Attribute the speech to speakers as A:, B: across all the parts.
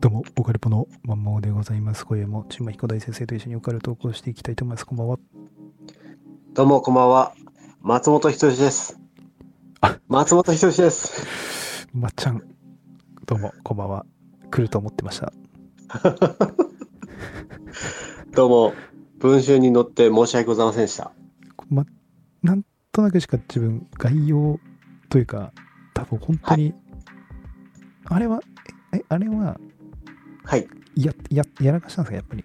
A: どうも、オカルポのまんまおでございます。今夜も、千葉彦大先生と一緒にオカル投稿していきたいと思います。こんばんは。
B: どうも、こんばんは。松本人志です
A: あ。
B: 松本人志です。
A: まっちゃん、どうも、こんばんは。来ると思ってました。
B: どうも、文春に乗って申し訳ございませんでした。
A: ま、なんとなくしか自分、概要というか、多分本当に、あれは、え、あれは、
B: はい。
A: や、や、やらかしたんですか、やっぱり。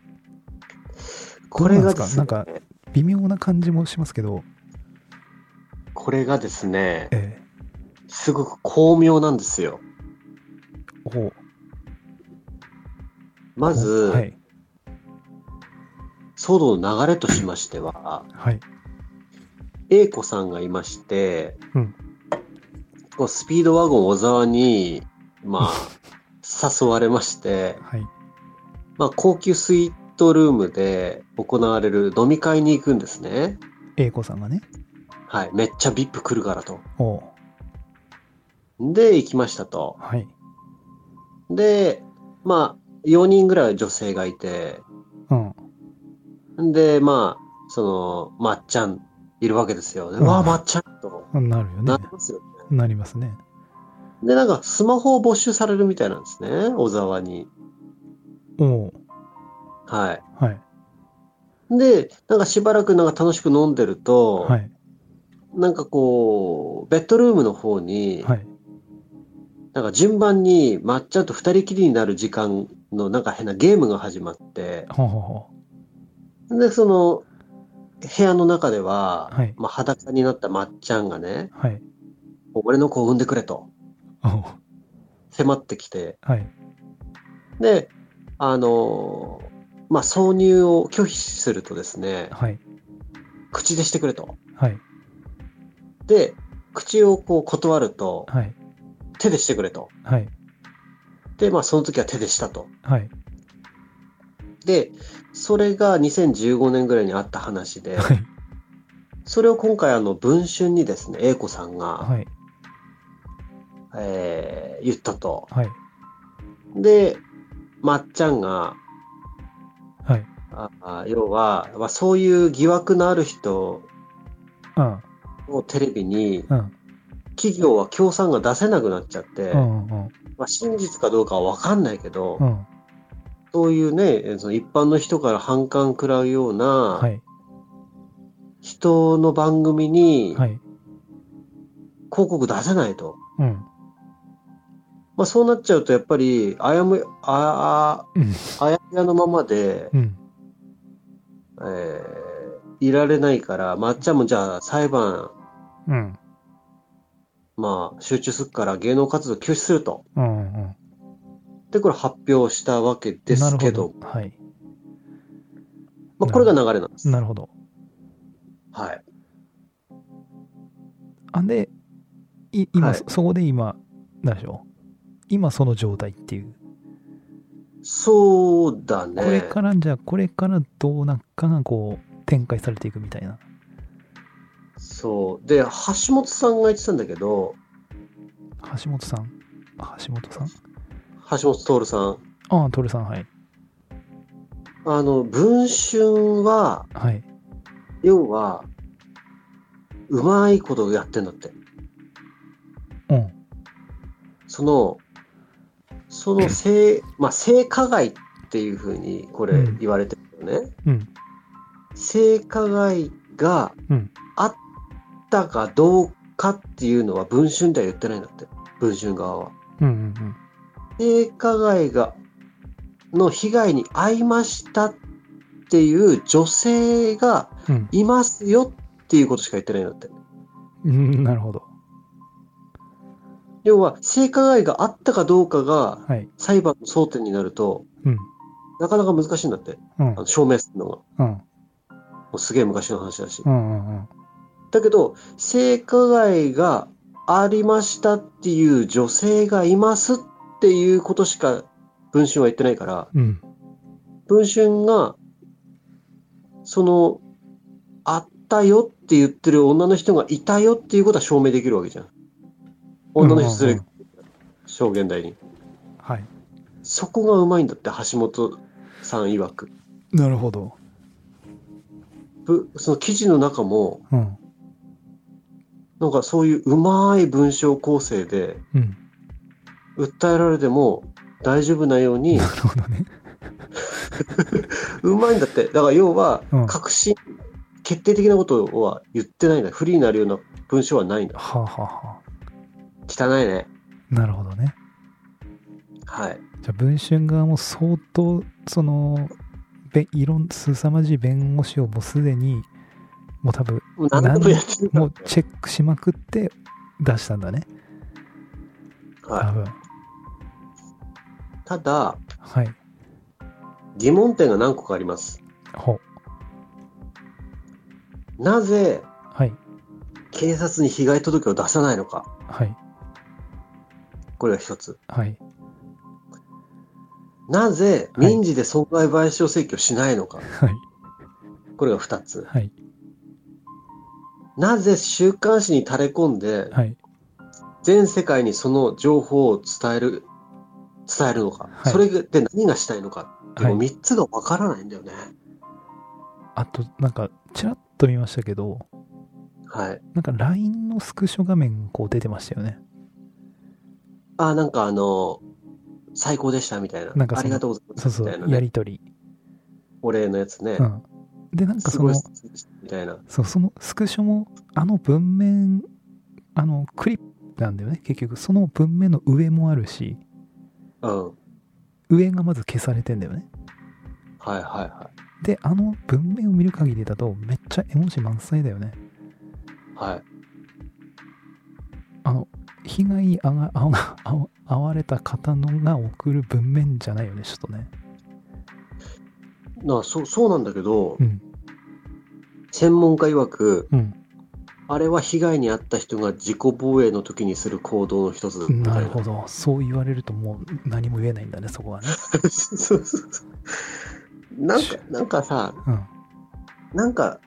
B: これ
A: どうな
B: が
A: んで
B: ですす
A: か
B: ね、
A: なん微妙な感じもしますけど、
B: これがですね、
A: え
B: すごく巧妙なんですよ。
A: ー、おう
B: まず、
A: はい、
B: 騒動の流れとしましては、
A: はい、
B: A 子さんがいまして、
A: うん
B: こうスピードワゴン小沢に、まあ、誘われまして、
A: はい、
B: まあ、高級スイートルームで行われる飲み会に行くんですね。
A: 英子さんがね、
B: はい、めっちゃ VIP 来るからと。
A: おう
B: で、行きましたと。
A: はい、
B: で、まあ、4人ぐらい女性がいて、
A: うん、
B: で、まあ、その、まっちゃんいるわけですよ。で
A: うん
B: うわ、まっちゃんと
A: なるよね
B: な。りますよね。
A: なりますね。
B: で、なんか、スマホを没収されるみたいなんですね、小沢に。
A: おお
B: は
A: はい、
B: い。で、なんかしばらくなんか楽しく飲んでると、
A: はい、
B: なんかこう、ベッドルームの方に、
A: はい。
B: なんか順番にまっちゃんと二人きりになる時間のなんか変なゲームが始まって、
A: ほうほうほ
B: で、その、部屋の中では、
A: はい
B: まあ、裸になったまっちゃんがね、
A: う。はい。
B: 俺の子を産んでくれと
A: おう
B: 迫ってきて、
A: はい。
B: で、あのーまあ、挿入を拒否するとですね、
A: はい。
B: 口でしてくれと。
A: はい。
B: で、口をこう断ると、
A: はい。
B: 手でしてくれと。
A: はい。
B: で、まあ、その時は手でしたと。
A: はい。
B: で、それが2015年ぐらいにあった話で、
A: はい。
B: それを今回あの、文春にですね、英子さんが、
A: はい。
B: えー言ったと。
A: はい。
B: で、まっちゃんが、
A: はい。
B: ああ要は、まあ、そういう疑惑のある人
A: うん。
B: をテレビに、
A: うん。
B: 企業は協賛が出せなくなっちゃって、
A: うん。うん。
B: まあ、真実かどうかは分かんないけど、
A: うん。
B: そういうね、えその一般の人から反感食らうよう
A: は。
B: ない人の番組に
A: は
B: 広
A: い。
B: 告出せないと。
A: うん。
B: まあ、そうなっちゃうと、やっぱり、あやむ、あ、
A: うん。
B: ああやふやのままで、
A: うん。
B: えーいられないから、まっちゃんもじゃあ裁判、
A: うん。
B: まあ、集中するから芸能活動休止すると。
A: うん。うん。
B: で、これ発表したわけですけど、
A: なるほはい。
B: まあ、これが流れなんです。
A: なるほど。
B: はい。
A: あんで、い今、
B: はい
A: そそこで今、なんでしょう。今その状態っていう。
B: そうだね。
A: これから、じゃあこれからどうなんかがこう、展開されていくみたいな。
B: そう。で、橋本さんが言ってたんだけど、
A: 橋本さん。橋本さん
B: 橋本徹さん。
A: ああ、トルさん、はい。
B: あの、文春は、
A: はい。
B: 要は、うまいことやってんだって。
A: うん。
B: その、その性、まあ、性加害っていうふうにこれ
A: うん
B: 言われてるよね。
A: うん。
B: 性加害が
A: うん
B: あったかどうかっていうのは文春では言ってないんだって。文春側は。
A: うん。うん。うん。
B: 性加害が、の被害に遭いましたっていう女性が
A: うん
B: いますよっていうことしか言ってないんだって。
A: うん、なるほど。
B: 要は、性加害があったかどうかが
A: はい。
B: 裁判の争点になると、
A: うん。
B: なかなか難しいんだって。
A: うん
B: あ。の証明するのが。も
A: うん。
B: うすげえ昔の話だし
A: う。ん。うん。うん
B: だけど、性加害がありましたっていう女性がいますっていうことしか文春は言ってないから、
A: うん。
B: 文春が、その、あったよって言ってる女の人がいたよっていうことは証明できるわけじゃん。女の人それ
A: うんうん
B: 証言台に。
A: はい。
B: そこがうまいんだって、橋本さん曰く。
A: なるほど。
B: ぶその記事の中も、
A: うん。
B: なんかそういううまい文章構成で、
A: うん。
B: 訴えられても大丈夫なように、
A: なるほどね。
B: うまいんだって。だから要は
A: うん、
B: 確信、決定的なことは言ってないんだ。フリーになるような文章はないんだ。
A: はあ、はあは
B: 汚いね。
A: あ、なるほどね。
B: はい。
A: じゃあ文春側も相当そのべいろんすさまじい弁護士をもうすでにもう多分
B: もう何でもやってるから
A: もうチェックしまくって出したんだね多
B: は
A: 分
B: い。ただ、
A: はい
B: 疑問点が何個かあります。
A: ほ
B: なぜ
A: はい
B: 警察に被害届を出さないのか。
A: はい
B: これが一つ。
A: はい
B: なぜ
A: はい
B: 民事で損害賠償請求しないのか。
A: はい
B: これが二つ。
A: はい
B: なぜ週刊誌に垂れ込んで、
A: はい
B: 全世界にその情報を伝える、伝えるのか。
A: はい
B: それで何がしたいのか。でも
A: はい
B: 3つがわからないんだよね。
A: あとなんかちらっと見ましたけど
B: はい。
A: なんか LINE のスクショ画面こう出てましたよね
B: あ、なんかあの、最高でしたみたいな。
A: なんかその
B: ありがとうございま
A: そう
B: す
A: そ
B: みたいうな
A: や
B: ね。
A: りとり、
B: お礼のやつね。
A: うんでなんか
B: す
A: そ
B: ごい
A: の
B: っすみたいな。
A: そうそのスクショもあの文面あのクリップなんだよね結局その文面の上もあるし
B: うん。はい
A: 上がまず消されてんだよね
B: はいは
A: であの文面を見る限りだとめっちゃ絵文字満載だよね
B: い。はい。
A: あの被害にあがあがあわあわれた方のが送る文面じゃないよねちょっとね
B: なそうそうなんだけど、
A: うん
B: 専門家曰く、
A: うん
B: あれは被害に遭った人が自己防衛の時にする行動の一つだみたい
A: なるほどそう言われるともう何も言えないんだねそこはね
B: そうそうそう。なんか、なんかさ、
A: うん
B: なんか、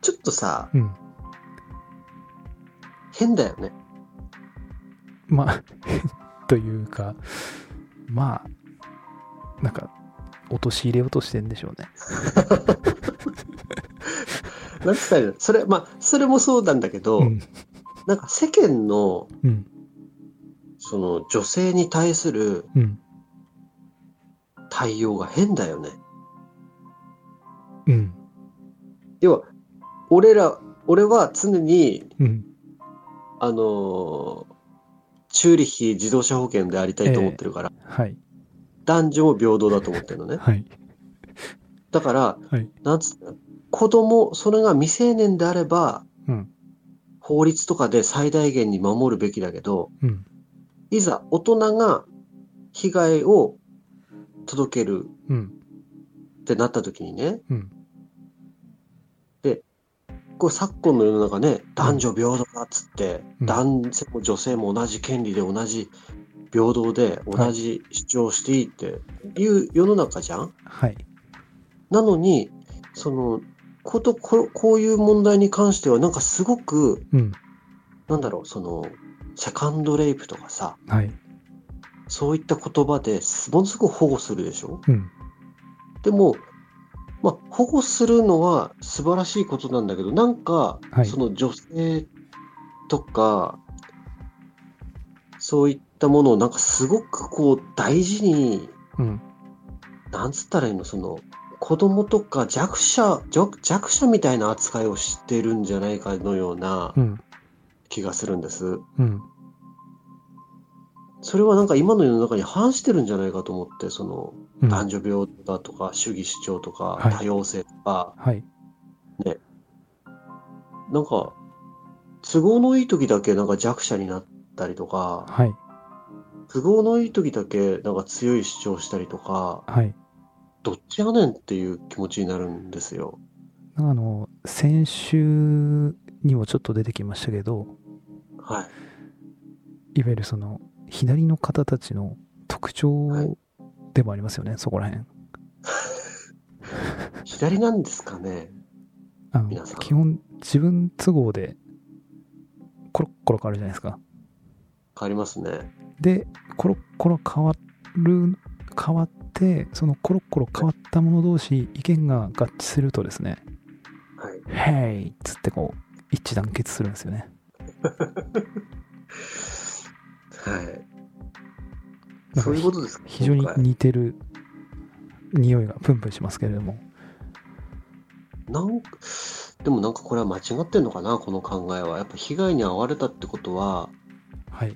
B: ちょっとさ、
A: うん
B: 変だよね。
A: まあ、 というか、まあ、なんか、落とし入れようとしてんでしょうね。
B: なんつったらいいのそれ、まあ、それもそうなんだけど、
A: うん。
B: なんか世間の、
A: うん。
B: その、女性に対する
A: うん。
B: 対応が変だよね。
A: うん。
B: 要は、俺ら、俺は常に、
A: うん。
B: あのーチューリッヒ自動車保険でありたいと思ってるから、
A: はい。
B: 男女も平等だと思ってるのね。
A: はい。
B: だから、
A: はい
B: なんつったら子供、それが未成年であれば、
A: うん
B: 法律とかで最大限に守るべきだけど、
A: うん。
B: いざ大人が被害を届ける
A: うん。
B: ってなった時にね、
A: うん。
B: こう昨今の世の中ね、男女平等だっつって、
A: うん
B: 男性も女性も同じ権利で同じ平等で同じ主張していいっていう世の中じゃん
A: はい。
B: なのに、その、こと、ここういう問題に関してはなんかすごく、
A: うん。
B: なんだろう、その、セカンドレイプとかさ、
A: はい。
B: そういった言葉ですものすごく保護するでしょ
A: うん。
B: でも、まあ、保護するのは素晴らしいことなんだけど、なんか、
A: はい
B: その女性とか、そういったものをなんかすごくこう大事に、
A: うん。
B: なんつったらいいの、その、子供とか弱者、弱弱者みたいな扱いをしてるんじゃないかのような
A: うん。
B: 気がするんです。
A: うん。
B: それはなんか今の世の中に反してるんじゃないかと思って、その、
A: うん。
B: 男女平等だとか、主義主張とか
A: は、い
B: 多様性とか、
A: はい。
B: なんか、都合のいい時だけなんか弱者になったりとか、
A: はい。
B: 都合のいい時だけなんか強い主張したりとか、
A: はい。
B: どっちやねんっていう気持ちになるんですよ。
A: なんかあの、先週にもちょっと出てきましたけど、
B: はい。
A: いわゆるその、左の方たちの特
B: はい
A: 徴でもありますよね、そこら辺。
B: 左なんですかね。
A: あの
B: 皆さん
A: 基本自分都合でコロッコロ変わるじゃないですか
B: 変わりますね。
A: でコロッコロ変わる変わってそのコロコロ変わったもの同士意見が合致するとですね
B: はい
A: 「。ヘイ!」っつってこう一致団結するんですよね
B: はい。
A: なんか
B: そういうことですか
A: 非常に
B: 今回
A: 似てる匂いがプンプンしますけれども
B: なんかでもなんかこれは間違ってんのかな、この考えは。やっぱ被害に遭われたってことは、
A: はい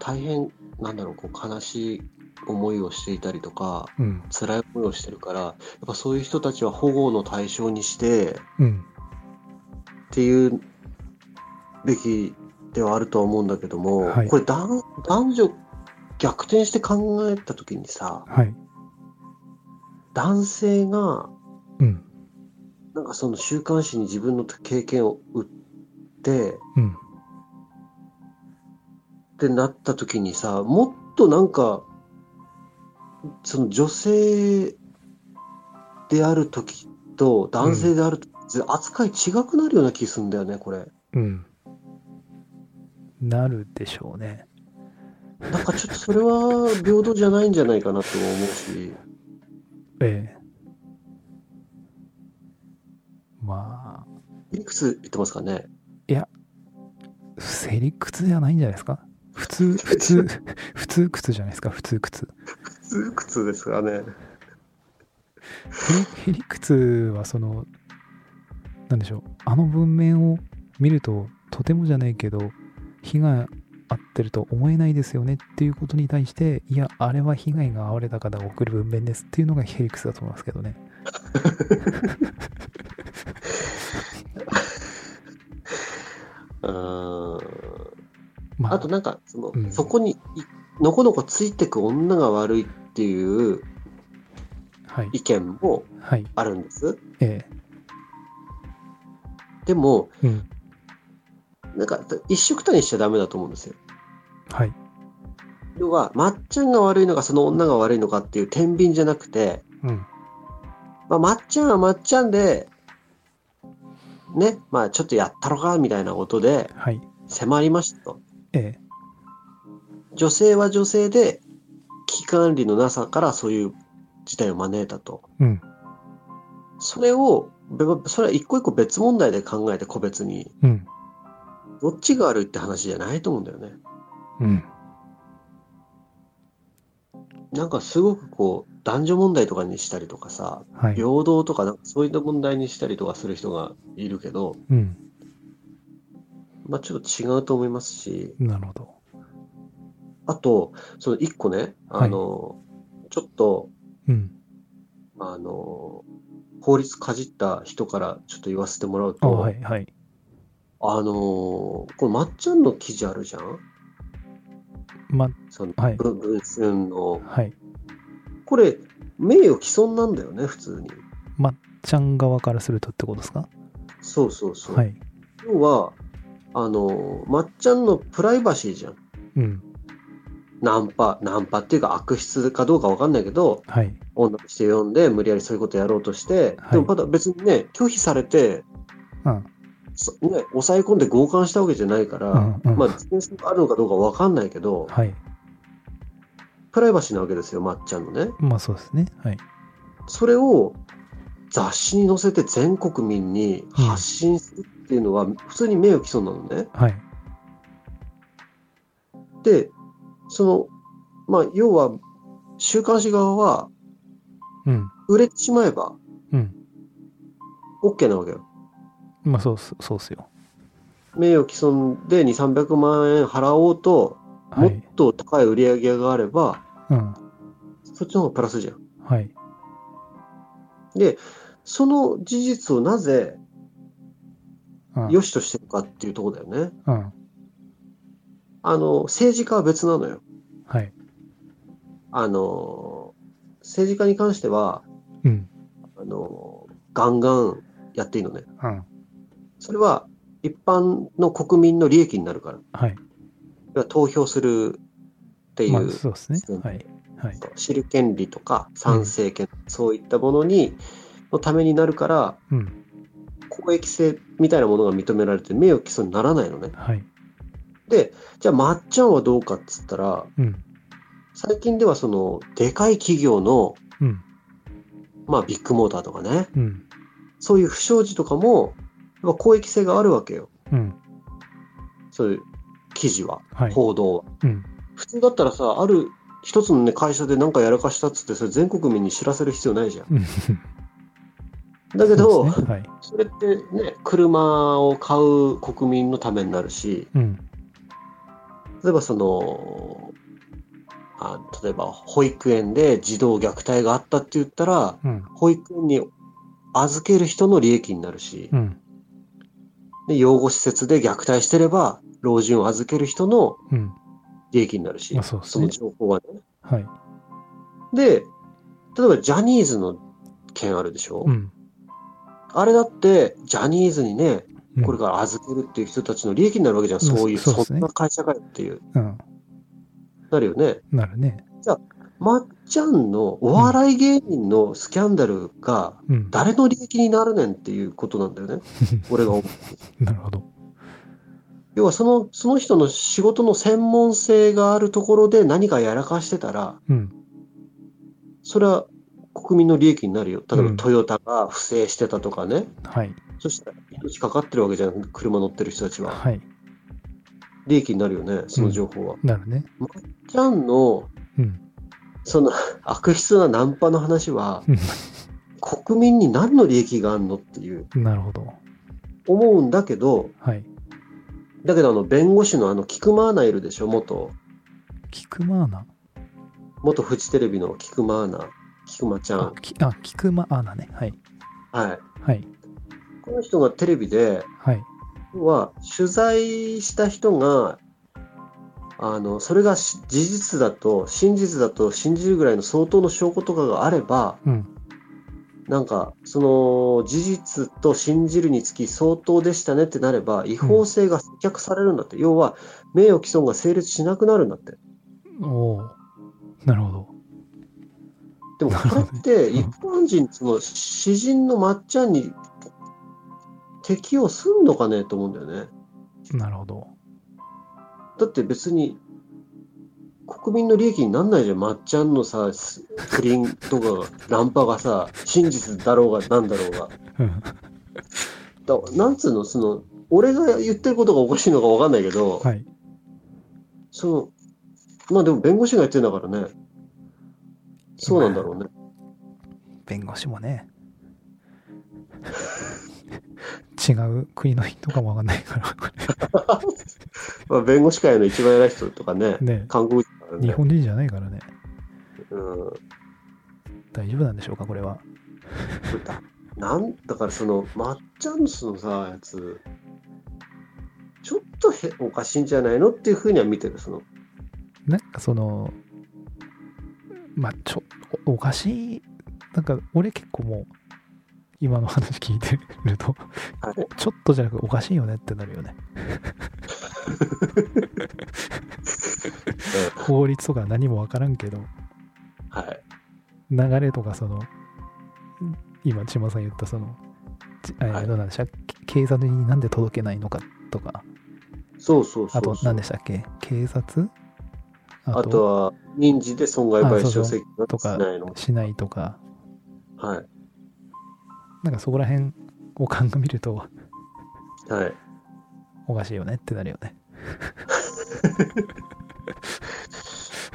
B: 大変、なんだろう、こう悲しい思いをしていたりとか、
A: うん
B: 辛い思いをしてるから、やっぱそういう人たちは保護の対象にしてっ
A: うん
B: ていうべきではあるとは思うんだけども、
A: はい
B: これ男男女逆転して考えた時にさ、
A: はい
B: 男性が
A: うん
B: なんかその週刊誌に自分の経験を売って、
A: うん
B: ってなった時にさもっとなんかその女性である時と男性である時、扱い違くなるような気すんだよねこれ
A: うんなるでしょうね
B: なんかちょっとそれは平等じゃないんじゃないかなとも思うし
A: ええまあ
B: いくつ言ってますかね
A: 不理屈じゃないんじゃないですか普 通普通普通靴じゃないですか普通靴
B: いくつですかね
A: へりくつはそのなんでしょうあの文面を見るととてもじゃないけど被害あってると思えないですよねっていうことに対していやあれは被害が遭われた方が送る文面ですっていうのがヘリクスだと思いますけどね
B: うーん
A: まあ
B: あとなんかその、
A: うん
B: そこにいのこのこついてく女が悪いっていう
A: はい
B: 意見も
A: はい
B: あるんです
A: え
B: でも
A: えうん
B: なんか一色単にしちゃダメだと思うんですよ
A: はい
B: 要は、まっちゃんが悪いのか、その女が悪いのかっていう天秤じゃなくて、
A: うん
B: まあ、まっちゃんはまっちゃんで、ね、まあ、ちょっとやったろか、みたいなことで
A: はい
B: 迫りましたと。
A: え
B: 女性は女性で、危機管理のなさからそういう事態を招いたと。
A: えうん
B: それを、べそれは一個一個別問題で考えて個別に、
A: うん
B: どっちが悪いって話じゃないと思うんだよね。
A: うん
B: なんかすごくこう、男女問題とかにしたりとかさ、
A: はい
B: 平等とかなんかそういった問題にしたりとかする人がいるけど、
A: うん
B: まあ、ちょっと違うと思いますし、
A: なるほど
B: あと、その一個ね、あの、ちょっと、
A: うん
B: あの、法律かじった人からちょっと言わせてもらう
A: あ
B: と、
A: はいはい
B: あの、このまっちゃんの記事あるじゃん
A: ま
B: その、
A: はい
B: ぶ文春の。
A: はい
B: これ、名誉毀損なんだよね、普通に。
A: まっちゃん側からするとってことですか
B: そうそうそう。
A: はい
B: 要は、あの、まっちゃんのプライバシーじゃん。
A: うん
B: ナンパ、ナンパっていうか悪質かどうかわかんないけど、
A: はい
B: 女として呼んで、無理やりそういうことやろうとして、
A: はい
B: でもまだ別にね、拒否されて、
A: うん
B: そね、抑え込んで強姦したわけじゃないから、
A: うんうん
B: まあ、実現性があるのかどうかわかんないけど、
A: はい
B: プライバシーなわけですよ、まっちゃんのね。
A: まあそうですねはい
B: それを雑誌に載せて全国民に発信するっていうのは、普通に名誉毀損なのね。
A: はい
B: で、その、まあ、要は、週刊誌側は、
A: うん。
B: 売れてしまえば
A: うん。
B: OK なわけよ。
A: まあ、そうっす、そうっすよ。
B: 名誉毀損で2、300万円払おうと、
A: は
B: もっ
A: い。
B: と高い売り上げがあれば、
A: うん。
B: そっちの方がプラスじゃん。
A: はい。
B: で、その事実をなぜ
A: うん。
B: 良しとしてるかっていうところだよね。
A: うん。
B: あの、政治家は別なのよ。
A: はい。
B: あの、政治家に関しては、
A: うん。
B: あの、ガンガンやっていいのね。
A: うん。
B: それは一般の国民の利益になるから。
A: はい。
B: 要は投票するってい
A: まあ、
B: う、
A: そうですね。はい。はい。
B: 知る権利とか参政権、そういったものに、のためになるから、
A: うん。
B: 公益性みたいなものが認められて名誉毀損にならないのね。
A: はい。
B: で、じゃあまっちゃんはどうかっつったら、
A: うん。
B: 最近ではその、でかい企業の、
A: うん
B: まあビッグモーターとかね、
A: うん
B: そういう不祥事とかも、やっぱ公益性があるわけよ。
A: うん
B: そういう記事は、
A: はい
B: 報道は。
A: うん
B: 普通だったらさ、ある一つのね、会社で何かやらかしたっつって、それ全国民に知らせる必要ないじゃん。
A: うん
B: だ
A: そ
B: けど、
A: うですねはい
B: それってね、車を買う国民のためになるし、
A: うん
B: 例えばその、あ例えば保育園で児童虐待があったって言ったら、
A: うん
B: 保育園に預ける人の利益になるし
A: う、ん
B: で養護施設で虐待してれば、老人を預ける人の
A: うん
B: 利益になるし
A: まあ、そうです
B: その
A: ね
B: 情報はね。
A: はい
B: で、例えばジャニーズの件あるでしょ、
A: うん
B: あれだって、ジャニーズにね、
A: うん
B: これから預けるっていう人たちの利益になるわけじゃん、
A: うん
B: そういう、
A: そうで
B: そ
A: すね
B: んな会社かよっていう、
A: うん
B: なるよね。
A: なるね
B: まっちゃんのお笑い芸人のスキャンダルが
A: うん
B: 誰の利益になるねんっていうことなんだよ ね。俺が思う。
A: なるほど
B: 要はその、その人の仕事の専門性があるところで何かやらかしてたら、
A: うん
B: それは国民の利益になるよ。例え
A: う
B: ば
A: ん
B: トヨタが不正してたとかね。
A: はい
B: そしたら命かかってるわけじゃん。車乗ってる人たちは。
A: はい
B: 利益になるよね、その情報は。
A: なるね
B: ちゃんの、
A: うん
B: その悪質なナンパの話は
A: うん、
B: 国民に何の利益があるのっていう、
A: なるほど
B: 思うんだけど、
A: はい
B: だけどあの弁護士のあの菊間アナいるでしょ元
A: キクマアナ
B: 元フジテレビの菊間アナ菊間ちゃ
A: あ
B: ん
A: きあキクマアナねはい
B: はい
A: はい
B: この人がテレビで
A: はい
B: 要は取材した人があのそれがし事実だと真実だと信じるぐらいの相当の証拠とかがあれば
A: うん
B: なんかその事実と信じるにつき相当でしたねってなれば違法性が接却されるんだって、要は名誉毀損が成立しなくなるんだって
A: おおなるほど
B: でもこれって一般人、その詩人のまっちゃんに適用すんのかねと思うんだよね。
A: なるほど
B: だって別に国民の利益になんないじゃん、まっちゃんのさ、す不倫とかが、ナンパがさ、真実だろうがなんだろう
A: うん
B: が。だなんつうの、その、俺が言ってることがおかしいのかわかんないけど、
A: はい
B: その、まあでも弁護士が言ってんだからね、そうなんだろうね。
A: 弁護士もね違う国の人かもわかんないからこ
B: まあ、弁護士界の一番偉い人とかね、
A: れね
B: 韓国人だからね
A: 日本人じゃないからね
B: うん
A: 大丈夫なんでしょうかこれは
B: だなんだからそのまっちゃんのそのさやつちょっとへおかしいんじゃないのっていうふうには見てるその
A: なんかそのまあちょおおかしいなんか俺結構もう今の話聞いてる と
B: はい
A: ちょっとじゃなくおかしいよねってなるよね法律とか何もわからんけど
B: はい
A: 流れとかその今千葉さん言ったそのじえ
B: は
A: ー
B: い
A: どうなんでしたっけ警察になんで届けないのかとか
B: そうそうそ
A: あ
B: うそう
A: と何でしたっけ警察
B: あとは民事で損害賠償請求なんて
A: と
B: し
A: か
B: ないの
A: しないとか
B: は
A: なんかそこら辺を鑑みると
B: いはい
A: おかしいよねってなるよね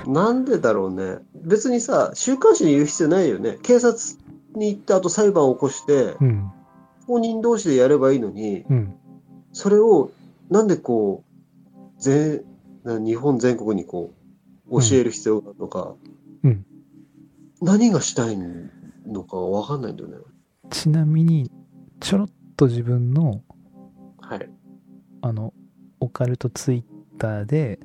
B: なんでだろうね別にさ週刊誌に言う必要ないよね警察に行ってあと裁判を起こして
A: うん
B: 公認同士でやればいいのに
A: うん
B: それをなんでこう全な日本全国にこう教える必要があるのか、
A: うん
B: 何がしたいのかわかんないんだよね。
A: ちなみにちょろっと自分の
B: はい。
A: あのオカルトツイッターで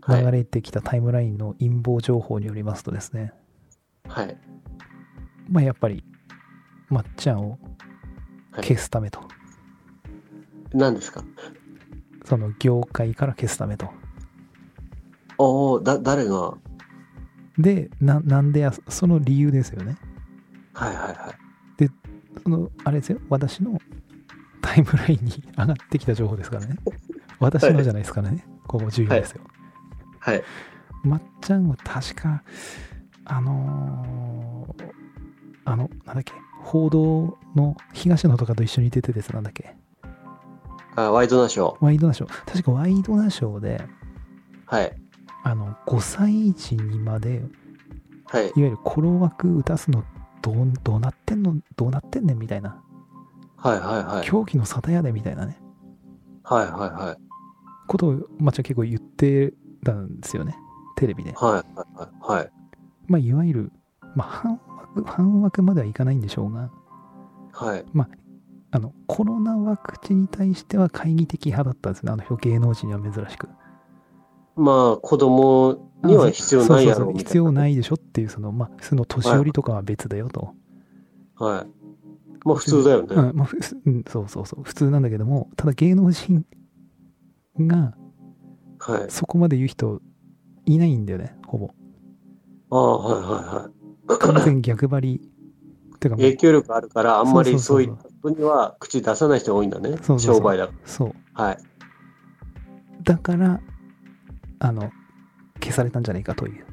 B: はい。
A: 流れてきたタイムラインの陰謀情報によりますとですね、
B: はい。
A: まあやっぱりまっちゃんを
B: はい
A: 消すためと、
B: 何ですか
A: その業界から消すためと
B: おおだ、誰がはい
A: でななんでやその理由ですよね
B: はいはい。
A: そのあれですよ私のタイムラインに上がってきた情報ですからね私のじゃないですからね、ここ重要ですよ、
B: はい。
A: まっちゃんは確か、あのーあの、なんだっけ、報道の東野とかと一緒に出てです、なんだっけ、
B: あワイドナショー。
A: ワイドナショー。確かワイドナショーで、
B: はい。
A: あの、5歳児にまで、いわ
B: はい。
A: ゆるコロ枠打たすのどう、どうなってんの、どうなってんねんみたいな、
B: はいはいはい。
A: 狂気の沙汰やでみたいなね、
B: はいはいはい。
A: ことを、まっちゃん結構言ってたんですよね、テレビで。
B: はいはいはい。
A: まあ、いわゆる、まあ、半枠、半枠まではいかないんでしょうが、
B: はい。はい。
A: あの、コロナワクチンに対しては懐疑的派だったんですね。あの、芸能人には珍しく。
B: まあ、子供には必要ないや
A: そうそうそ
B: ろ、
A: う
B: みた
A: 必
B: いな。
A: 要ないでしょっていう、その、まあ、その年寄りとかは別だよと。
B: はい。まあ、普通だよね。
A: うん、まあ、ふ うんそうそうそう。普通なんだけども、ただ芸能人が
B: はい。
A: そこまで言う人いないんだよね、ほぼ。
B: ああ、はいはい
A: 完
B: はい。
A: 全逆張 り。てかもう
B: 影響力あるから、あんまり
A: そ
B: そうう
A: そ
B: い
A: そう
B: うう
A: そう
B: ことには口出さない人が多いんだ
A: そ
B: ね。
A: うそうそう
B: 商売だか
A: そう。
B: ら。はい。
A: だから、あの、消されたんじゃないかという。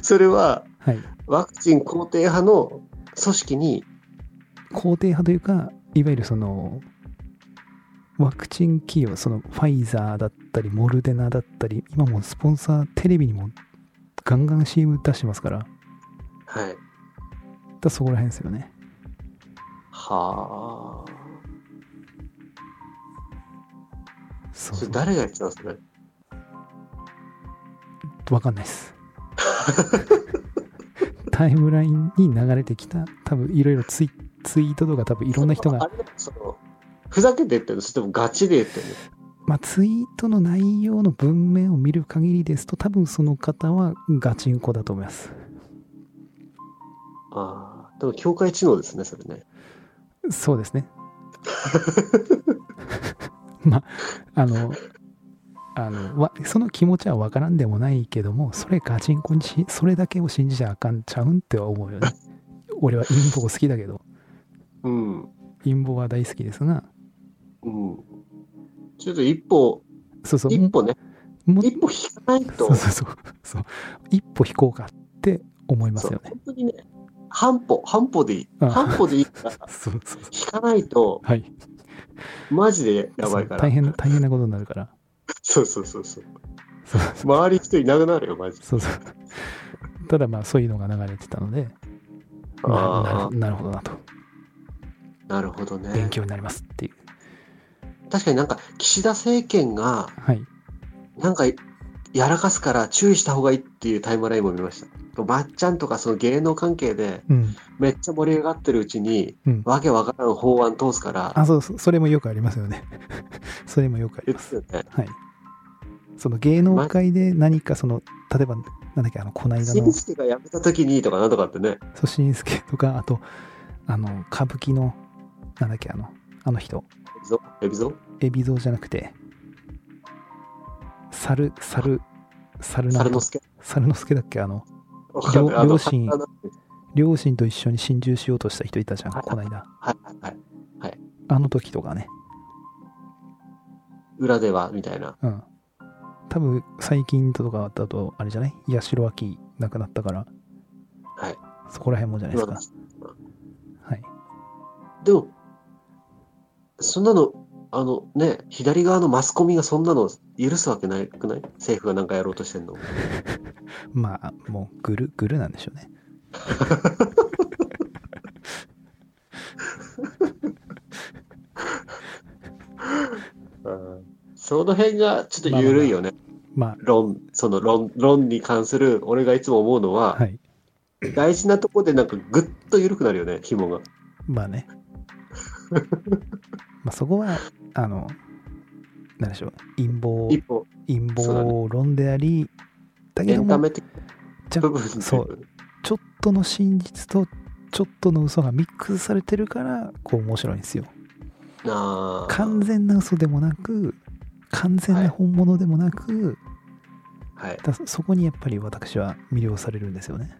B: それは、
A: はい。
B: ワクチン肯定派の組織に、
A: 肯定派というか、いわゆるその、ワクチン企業、そのファイザーだったり、モルデナだったり、今もうスポンサー、テレビにもガンガン CM 出してますから、だか
B: はい。
A: らそこら辺ですよね。そ
B: はあ。
A: う
B: そ
A: そう
B: れ誰が言ってたんですかね。
A: わかんないです。タイムラインに流れてきた、多分いろいろツイツイートとか、多分いろんな人
B: あ
A: が、
B: れだそのふざけて言ってるのそれともガチで言ってるの
A: まあ、ツイートの内容の文面を見る限りですと、多分その方はガチンコだと思います。
B: ああ、でも境界知能ですね、それね。
A: そうですね。 まあ、あの、あのわその気持ちはわからんでもないけども、それガチンコにし、それだけを信じちゃあかんちゃうんっては思うよね。俺は陰謀好きだけど、
B: うん。
A: 陰謀は大好きですが、
B: うん。ちょっと一歩、
A: そうそう、
B: 一歩ね、
A: も
B: 一歩引かない
A: そ
B: と
A: う、そうそうそう、一歩引こうかって思いま
B: そ
A: す
B: う
A: よね。
B: 本当にね、半歩、半歩でいい。
A: あ
B: 半歩でいいから、
A: そうそうそう。
B: 引かないと、
A: はい。
B: マジでやばいか
A: そう大
B: ら。
A: 変な、大変なことになるから。
B: そうそうそうそう。
A: そう
B: 周り人いなくなるよ、マジで。
A: そうそう。ただまあ、そういうのが流れてたので、まあな
B: あ
A: るなるほどなと。
B: あ、なるほどね
A: 勉。強になりますっていう。
B: 確かになんか、岸田政権が、
A: はい。
B: なんか、やらかすから注意した方がいいっていうタイムラインも見ました。ばっちゃんとかその芸能関係で、
A: うん。
B: めっちゃ盛り上がってるうちに、
A: うん。
B: わけわからん法案通すから、
A: あ、そうそう、それもよくありますよね。 それもよくあり
B: 言
A: ま
B: っ
A: す。
B: てたよね。
A: はい。その芸能界で何かその、例えば、なんだっけ、あの、こないだ
B: し
A: の
B: ん、すけが辞めた時にとかなんとかってね。
A: そう、しんすけとか、あと、あの、歌舞伎の、なんだっけ、あの、あの人、
B: 海老蔵海老蔵
A: 海老蔵じゃなくて、猿、猿、猿なん
B: 猿
A: と
B: 之、助
A: 猿之助だっけ、あの、
B: わかんないあ
A: 両
B: の
A: 親
B: あの
A: 両親と一緒に心中しようとした人いたじゃん、こないだ。
B: はいはいはい。
A: あの時とかね。
B: 裏では、みたいな。
A: うん。多分最近とかだと、あれじゃない八代亜紀亡くなったから、
B: はい。
A: そこら辺もじゃないです
B: 今
A: か
B: の。
A: はい。
B: でも、そんなの、あのね、左側のマスコミがそんなの許すわけないくない政府がなんかやろうとしてんの。
A: まあ、もう、ぐる、ぐるなんでしょうね。
B: その辺がちょっと緩いよね。
A: ま
B: 論、その論、論に関する、俺がいつも思うの
A: あ、
B: は、
A: はい。
B: 大事なとこでなんかぐっと緩くなるよね、紐が。
A: まあ ね。まあ、そこは、あの、なんでしょう。陰謀、
B: 一歩、
A: 陰謀論であり、だけ
B: エ
A: ど
B: ンタ
A: も、
B: メ的
A: じゃ
B: な部分で。
A: そうちょっとの真実と、ちょっとの嘘がミックスされてるから、こう面白いんですよ。
B: あー
A: 完全な嘘でもなく、完全な本物でもなく、
B: はい。
A: だそこにやっぱり私は魅了されるんですよね。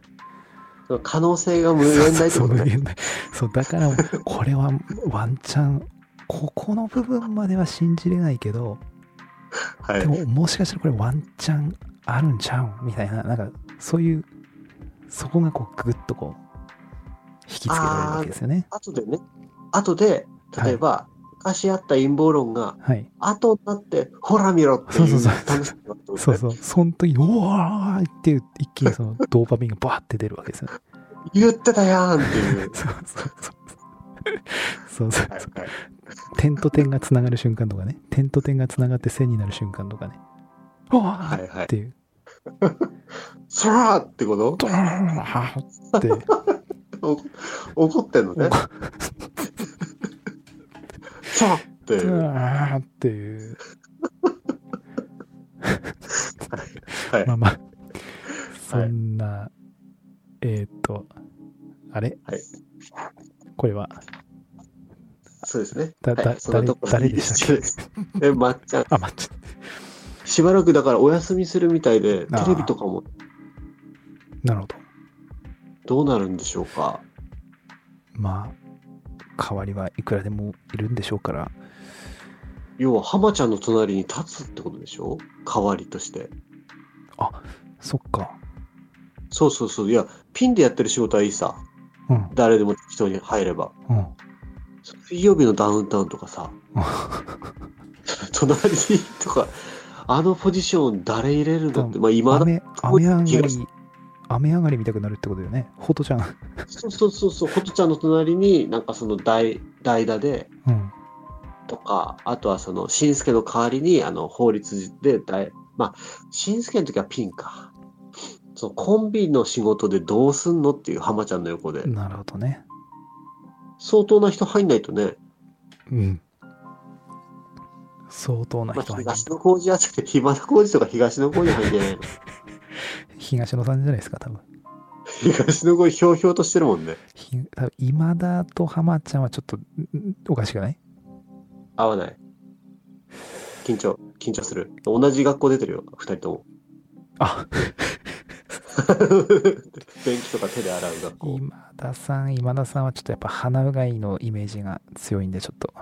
B: その可能性が無限大 って
A: そ
B: こ
A: う
B: と
A: 無
B: ね。
A: 限大そうだからこれはワンチャンここの部分までは信じれないけど
B: は
A: でも
B: い。
A: もしかしたらこれワンチャンあるんちゃうんみたいななんかそういうそこがこうグッとこう引きつけられるわけですよね。
B: 後でね、後で、例えば、昔あった陰謀論が、
A: はい、
B: 後になって、ほら見ろってい
A: そううそうそう
B: 楽しみがあってことね
A: そうそうその時に「おーっていう一気にそ のドーパミンがバーって出るわけですよね。。
B: 言ってたやんっていう
A: そうそうそうそうそう
B: はい
A: そう
B: はい
A: 点と点がつながる瞬間とかね点と点がつながって線になる瞬間とかね「おー
B: はいはい
A: っていう
B: そらーってこ
A: 「ドラーって
B: とお怒ってんのね。そらーっていう。は
A: あーっていう、
B: い
A: まあまあ、そんな、えーっと、あれ、
B: はい
A: これは、
B: そうですね。
A: だだ
B: はいそんなところ
A: 誰
B: で
A: でしたっけ
B: 失礼 え、まっちゃん。
A: あ、待って、
B: しばらくだからお休みするみたいで、テ
A: あー
B: レビとかも
A: なるほど。
B: どうなるんでしょうか。
A: まあ、代わりはいくらでもいるんでしょうから、
B: 要は、浜ちゃんの隣に立つってことでしょ代わりとして。
A: そっか、
B: そうそうそう。いや、ピンでやってる仕事はいいさ。
A: うん、
B: 誰でも適当に入れば。
A: うん。
B: 水曜日のダウンタウンとかさ、隣とか、あのポジション誰入れるのって、まあ今だ、
A: 雨雨上が
B: 気が
A: り、雨上がり見たくなるってことだよね。ほとちゃん、
B: そうそうそうそう、ホトちゃんの隣に、なんかその代代打で、
A: うん、
B: とか、あとはその、しんすけの代わりに、あの、法律で代、まあ、しんすけの時はピンか。そのコンビの仕事でどうすんのっていう浜ちゃんの横で、
A: なるほどね。
B: 相当な人入んないとね、
A: うん。相当な
B: まあ、
A: 人入って
B: 東の工事あたり、暇な工事とか東の工事入んじゃないの
A: 東野さんじゃないですか、多分。
B: 東の工事ひょうひょうとしてるもんね。
A: ひ多分今田と浜ちゃんはちょっとんんおかしくない
B: 合わない。緊張、緊張する。同じ学校出てるよ、二人とも。
A: あ
B: 便器とか手で洗う学校。
A: 今田さん今田さんはちょっとやっぱ鼻うがいのイメージが強いんでちょっ と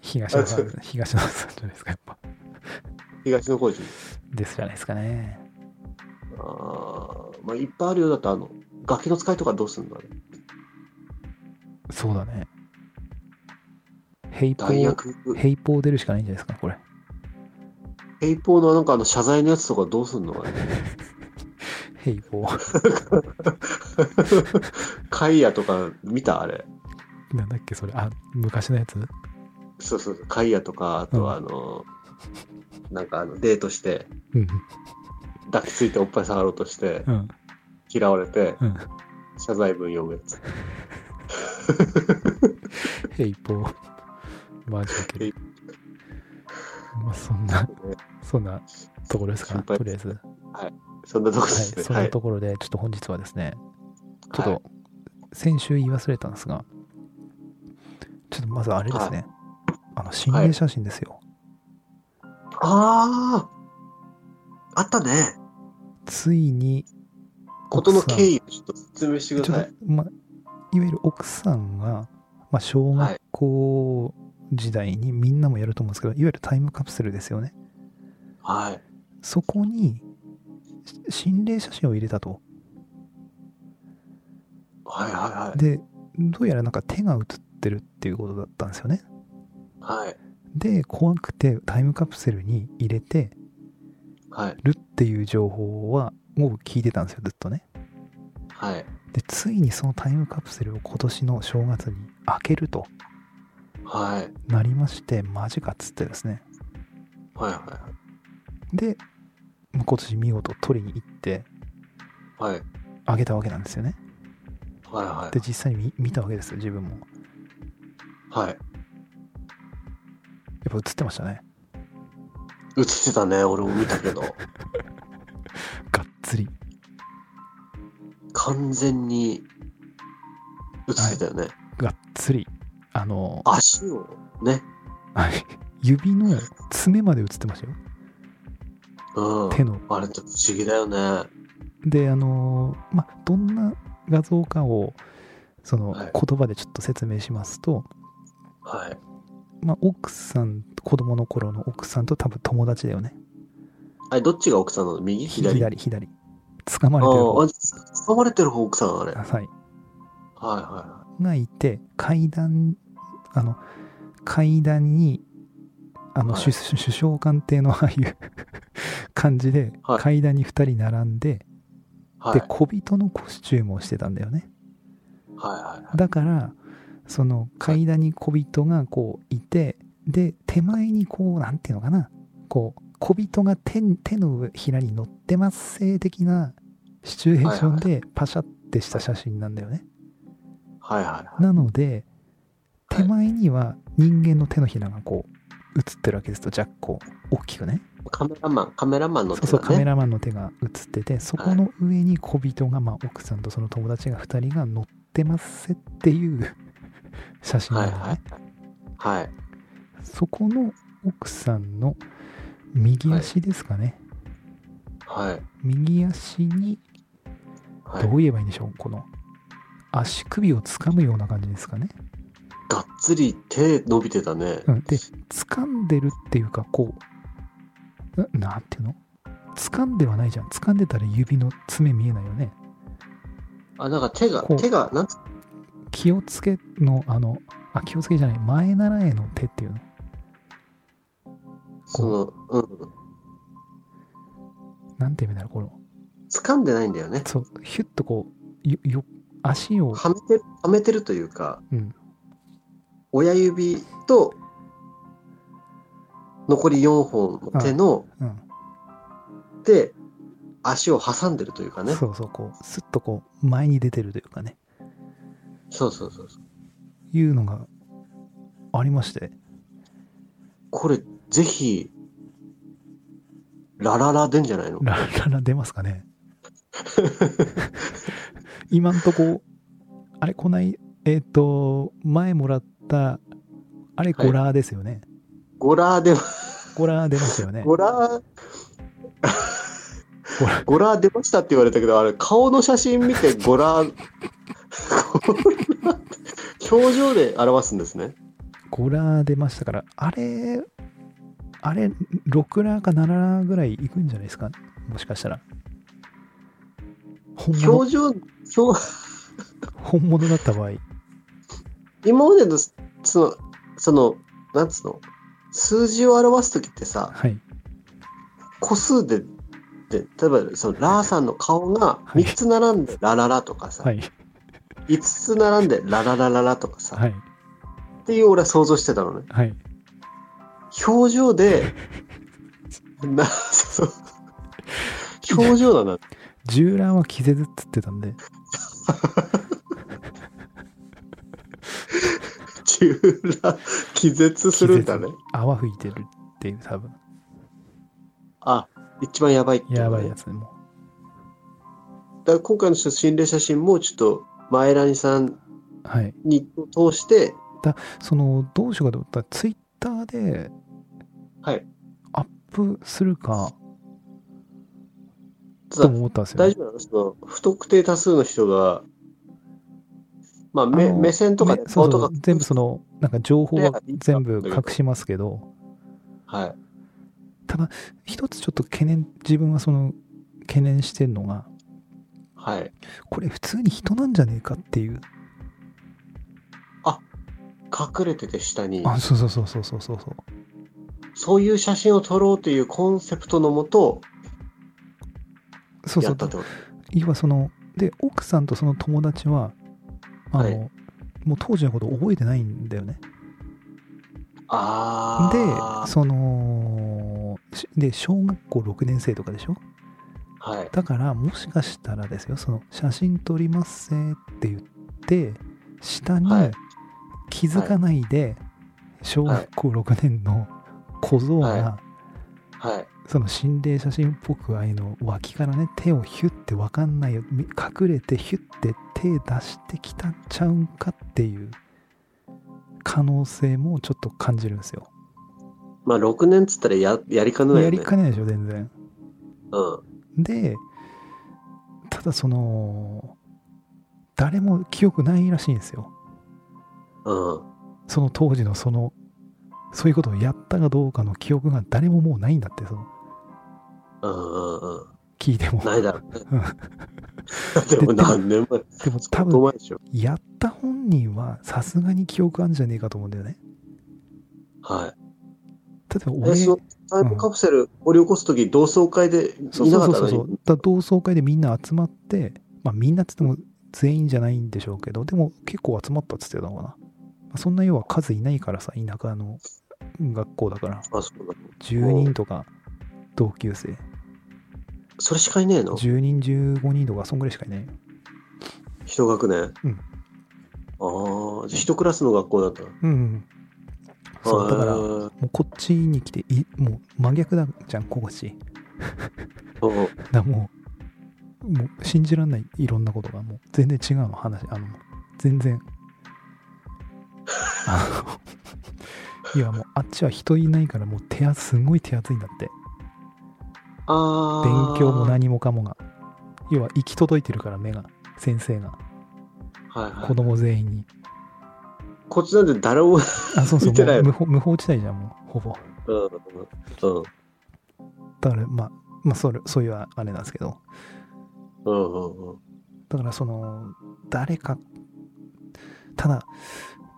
A: 東野さん東野さんじゃないですかやっぱ
B: 東の工事。
A: ですじゃないですかね
B: あーまあ、いっぱいあるようだと、あの、楽器の使いとかどうすんの
A: そうだね平
B: 弾
A: 方
B: 薬、
A: 平方出るしかないんじゃないですかこれ
B: 平方のなんかあの謝罪のやつとかどうすんのか ね。
A: 平方
B: カイヤとか見たあれ。
A: なんだっけそれあ昔のやつ
B: そうそうそう、カイヤとか、あとはあの、なんかあのデートして、
A: うん
B: 抱きついておっぱい触ろうとして、
A: うん
B: 嫌われて、
A: うん
B: 謝罪文読むやつ。
A: 平方マジで
B: 平
A: まあそんなそんなところですか
B: 心配
A: とりあえず
B: そんなとこ
A: は
B: で
A: い、
B: すね。
A: そんなところで、ちょっと本日はですね、ちょっ
B: は
A: と、先週言い忘れたんですが、ちょっとまずあれですね、あの、心霊写真ですよ。
B: ああ、あったね。
A: ついに、
B: ことの
A: 奥さん
B: 経緯をちょっと説明してく
A: ちょ
B: だ
A: っ
B: さい
A: と。、まあ、いわゆる奥さんが、まあ、小学校時代にみんなもやると思うんですけど、いわゆるタイムカプセルですよね。
B: はい。
A: そこに、し心霊写真を入れたと。
B: はいは
A: で、どうやらなんか手が写ってるっていうことだったんですよね。
B: いはい。はい。
A: で、怖くてタイムカプセルに入れて、
B: はい。
A: るっていう情報はもう聞いてたんですよずっとね
B: はい。
A: でついにそのタイムカプセルを今年の正月に開けると
B: はい。
A: なりましてマジかっつってですね
B: はい。
A: でまあ今年見事取りに行って
B: はい。はい。
A: 開けたわけなんですよね
B: はい。は
A: で実際に見見たわけですよ自分もや
B: い。はい。
A: っぱ映ってましたね
B: 映ってたね。俺も見たけど。
A: がっつり
B: 完全に映ってたよね。
A: がっつりあの
B: 足をね。
A: はい指の爪まで映ってましたよ
B: うん。
A: 手の
B: あれって不思議だよね。
A: であのーまあどんな画像かをその
B: はい
A: 言葉でちょっと説明しますと、
B: はい。
A: まあ、奥さん、子供の頃の奥さんと多分友達だよね。
B: あれ、どっちが奥さんなの右左
A: 左、左。掴ま
B: あ
A: れてる
B: あ、
A: 方
B: あ掴まれてる方、奥さん、あれ。はい
A: はい
B: はいは
A: がいて、階段、あの、階段に、あの、
B: はい
A: 首首相官邸のああいう 感じで、
B: はい
A: 階段に2人並んで、
B: い。は
A: で、
B: い
A: 小人のコスチュームをしてたんだよね。
B: はいはい。
A: だからその階段に小人がこういてで手前にこうなんていうのかなこう小人が手に手の上ひらに乗ってます性的なシチュエーションでパシャってした写真なんだよね。
B: はいはいはい。
A: なので
B: はい
A: 手前には人間の手のひらがこう映ってるわけですと若干大きくね
B: カメラマン、カメラマンの
A: そう
B: 手
A: そう
B: だ
A: カメ
B: ね。
A: ラマンの手が映っててそこの上に小人が、まあ、奥さんとその友達が2人が乗ってますせっていう写真な
B: は
A: ん
B: い
A: だね。
B: はい。はい。
A: そこの奥さんの右足ですかね、
B: はい。
A: 右足に
B: はい
A: どう言えばいいんでしょう、この足首を掴むような感じですかね、
B: がっつり手伸びてたね。
A: うん、で掴んでるっていうかこうななんていうの掴んではないじゃん掴んでたら指の爪見えないよね
B: あ、なんか手が
A: こ、う
B: 手が、なんつ
A: 気をつけのあのあ気をつけじゃない前習えの手っていうの
B: その、うん。
A: なんていうんだろうこの
B: 掴んでないんだよね。
A: そうヒュッとこうよよ足を
B: はめてる、はめてるというか、
A: うん
B: 親指と、残り4本の手の
A: うん
B: で、足を挟んでるというかね。
A: そうそうこうスッとこう前に出てるというかね
B: そうそうそうそう。
A: いうのがありまして
B: これ、ぜひ、ラララでんじゃないの
A: ラララ出ますかね今んとこあれこないえっ、と前もらったあれ
B: はい
A: ゴラーですよね、
B: ゴラーで、
A: ゴラー出ましたよね
B: ゴラー、
A: ゴラ
B: ゴラー出ましたって言われたけど、あれ、顔の写真見てゴラー、 ゴラー表情で表すんですね。
A: ゴラー出ましたからあれあれ6ラーか7ラーぐらいいくんじゃないですかもしかしたら本物
B: 表情、表、
A: 本物だった場合
B: 今までの、その、その、なんつうの、数字を表すときってさ、
A: はい
B: 個数で、で例えばそのラーさんの顔が
A: はい
B: 3つ並んでラララとかさ、
A: はい
B: 5つ並んでラララララとかさ、
A: はい
B: っていう俺は想像してたのね。
A: はい
B: 表 情で、な、そう表情だな。
A: 10ラーは気絶っつってたんで
B: 中ラ、気絶するんだね。
A: 泡吹いてるっていう多分
B: あ、一番やばいっていうね、
A: やばいやつでも
B: だから今回の心霊写真もちょっと、前ラニさん
A: うはい
B: に通して、
A: そのどうしようかと思ったらツイッターで
B: はい
A: アップするか
B: た
A: と
B: だ
A: も思ったんですよ、
B: 大丈夫なのその、不特定多数の人が、まあ、
A: あ
B: 目
A: の
B: 目線とかね
A: めそ
B: 顔
A: う
B: と
A: そ
B: か
A: う、全部そのなんか情報
B: レア
A: は
B: がいいか
A: 全部隠しますけど
B: はい。
A: 一つちょっと懸念自分はその懸念してるのが
B: はい。
A: これ普通に人なんじゃねえかっていう
B: 隠れてて下に、
A: あそうそうそうそうそうそうそう
B: そういう写真を撮ろうというコンセプトのもと、
A: そう
B: や
A: そ
B: っ
A: う
B: たってこと
A: 要はそので奥さんとその友達はあの、
B: はい
A: もう当時のこと覚えてないんだよねで
B: ああ。
A: そのしで小学校6年生とかでしょ
B: はい。
A: だからもしかしたらですよその写真撮りますせーって言って下に
B: はい
A: 気づかないで小学校6年の小僧が、
B: ははい。
A: その心霊写真っぽくああいうの脇からね手をヒュッて分かんないよみ隠れてヒュッて手出してきたんちゃうんかっていう可能性もちょっと感じるんですよ。
B: まあ、6年っつったらややりかねない
A: や
B: よね。
A: りかねないでしょ全然。
B: うん。
A: でただその誰も記憶ないらしいんですよ
B: うん。
A: その当時のそのそういうことをやったかどうかの記憶が誰ももうないんだって、その、
B: うんうんうん。
A: 聞いても。
B: ないだろうね。 でも何年前
A: でも多
B: 相当
A: 分、
B: 前でしょ。
A: やった本人はさすがに記憶あるんじゃねえかと思うんだよね。
B: はい。
A: 例えば
B: え、
A: 俺、
B: そのタイムカプセル掘り起こすとき、同窓会で
A: そう
B: い
A: そ
B: なか
A: う
B: った
A: そう
B: の
A: そ
B: に
A: う。だから同窓会でみんな集まって、まあみんなっつっても全員じゃないんでしょうけど、でも結構集まったっつってたのかな。まあそんな要は数いないからさ、田舎の学校だから、
B: あ、そうだ。
A: 10人とか同級生、
B: それしかいねえの
A: 10人、15人とか、そんぐらいしかいないよ。
B: 一学年。
A: うん
B: ああ、じゃあ一クラスの学校だったの。
A: うん、うん。そう、だから、
B: あー
A: もうこっちに来て、いもう真逆だじゃん、こっち。
B: うん
A: だからもう、もう信じらんない、いろんなことが、もう全然違うの、話、あの、全 然。あの、いや、もうあっちは人いないから、もう手厚、すごい手厚いんだって。
B: あー
A: 勉強も何もかもが。要は行き届いてるから、目が、先生が、
B: はいは
A: 子
B: い。
A: 供全員に。
B: こっちなんて誰も、う
A: あ、
B: ん
A: そうそう、
B: 見てない
A: もう無法無法地帯じゃん、もう、ほぼ。
B: うん
A: だから、まあ、まあ、それ、そういうあれなんですけど。
B: うんうんうん。
A: だからその誰かただ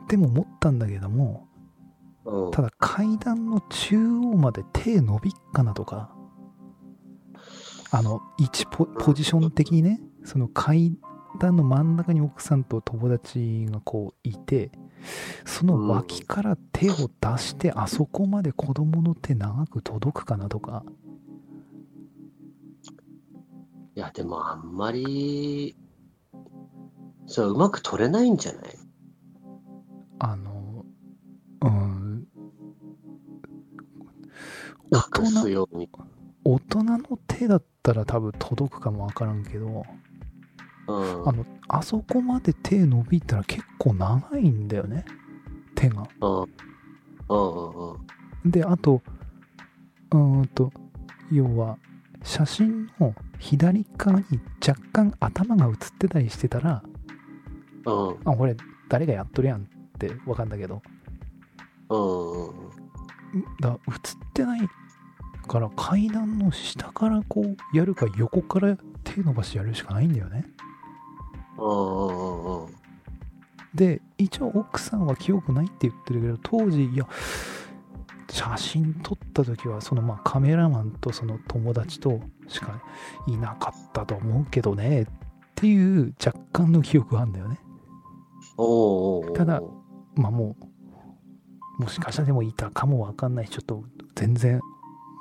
A: でも思ったんだけども
B: うん
A: ただ階段の中央まで手伸びっかなとかあの一ポポジション的にねその階段の真ん中に奥さんと友達がこういてその脇から手を出してあそこまで子供の手長く届くかなとか
B: いや、でもあんまり、そう、うまく取れないんじゃない
A: あのうん大
B: 隠
A: 人
B: すように。
A: 大人の手だったら多分届くかもわからんけど
B: うん。
A: あのあそこまで手伸びたら結構長いんだよね手が
B: うん。うんうんうん。
A: であとうーんと要は写真の左側に若干頭が写ってたりしてたら
B: うん
A: あこれ誰がやっとるやんってわかんだけど
B: うんうんうん。
A: だ映ってないから階段の下からこうやるか横から手伸ばしてやるしかないんだよね
B: うんうんうんうん。
A: で一応奥さんは記憶ないって言ってるけど当時いや写真撮った時はそのまあカメラマンとその友達としかいなかったと思うけどねっていう若干の記憶があるんだよね
B: おうおうおう
A: ただまあもうもしかしたらでもいたかもわかんないしちょっと全然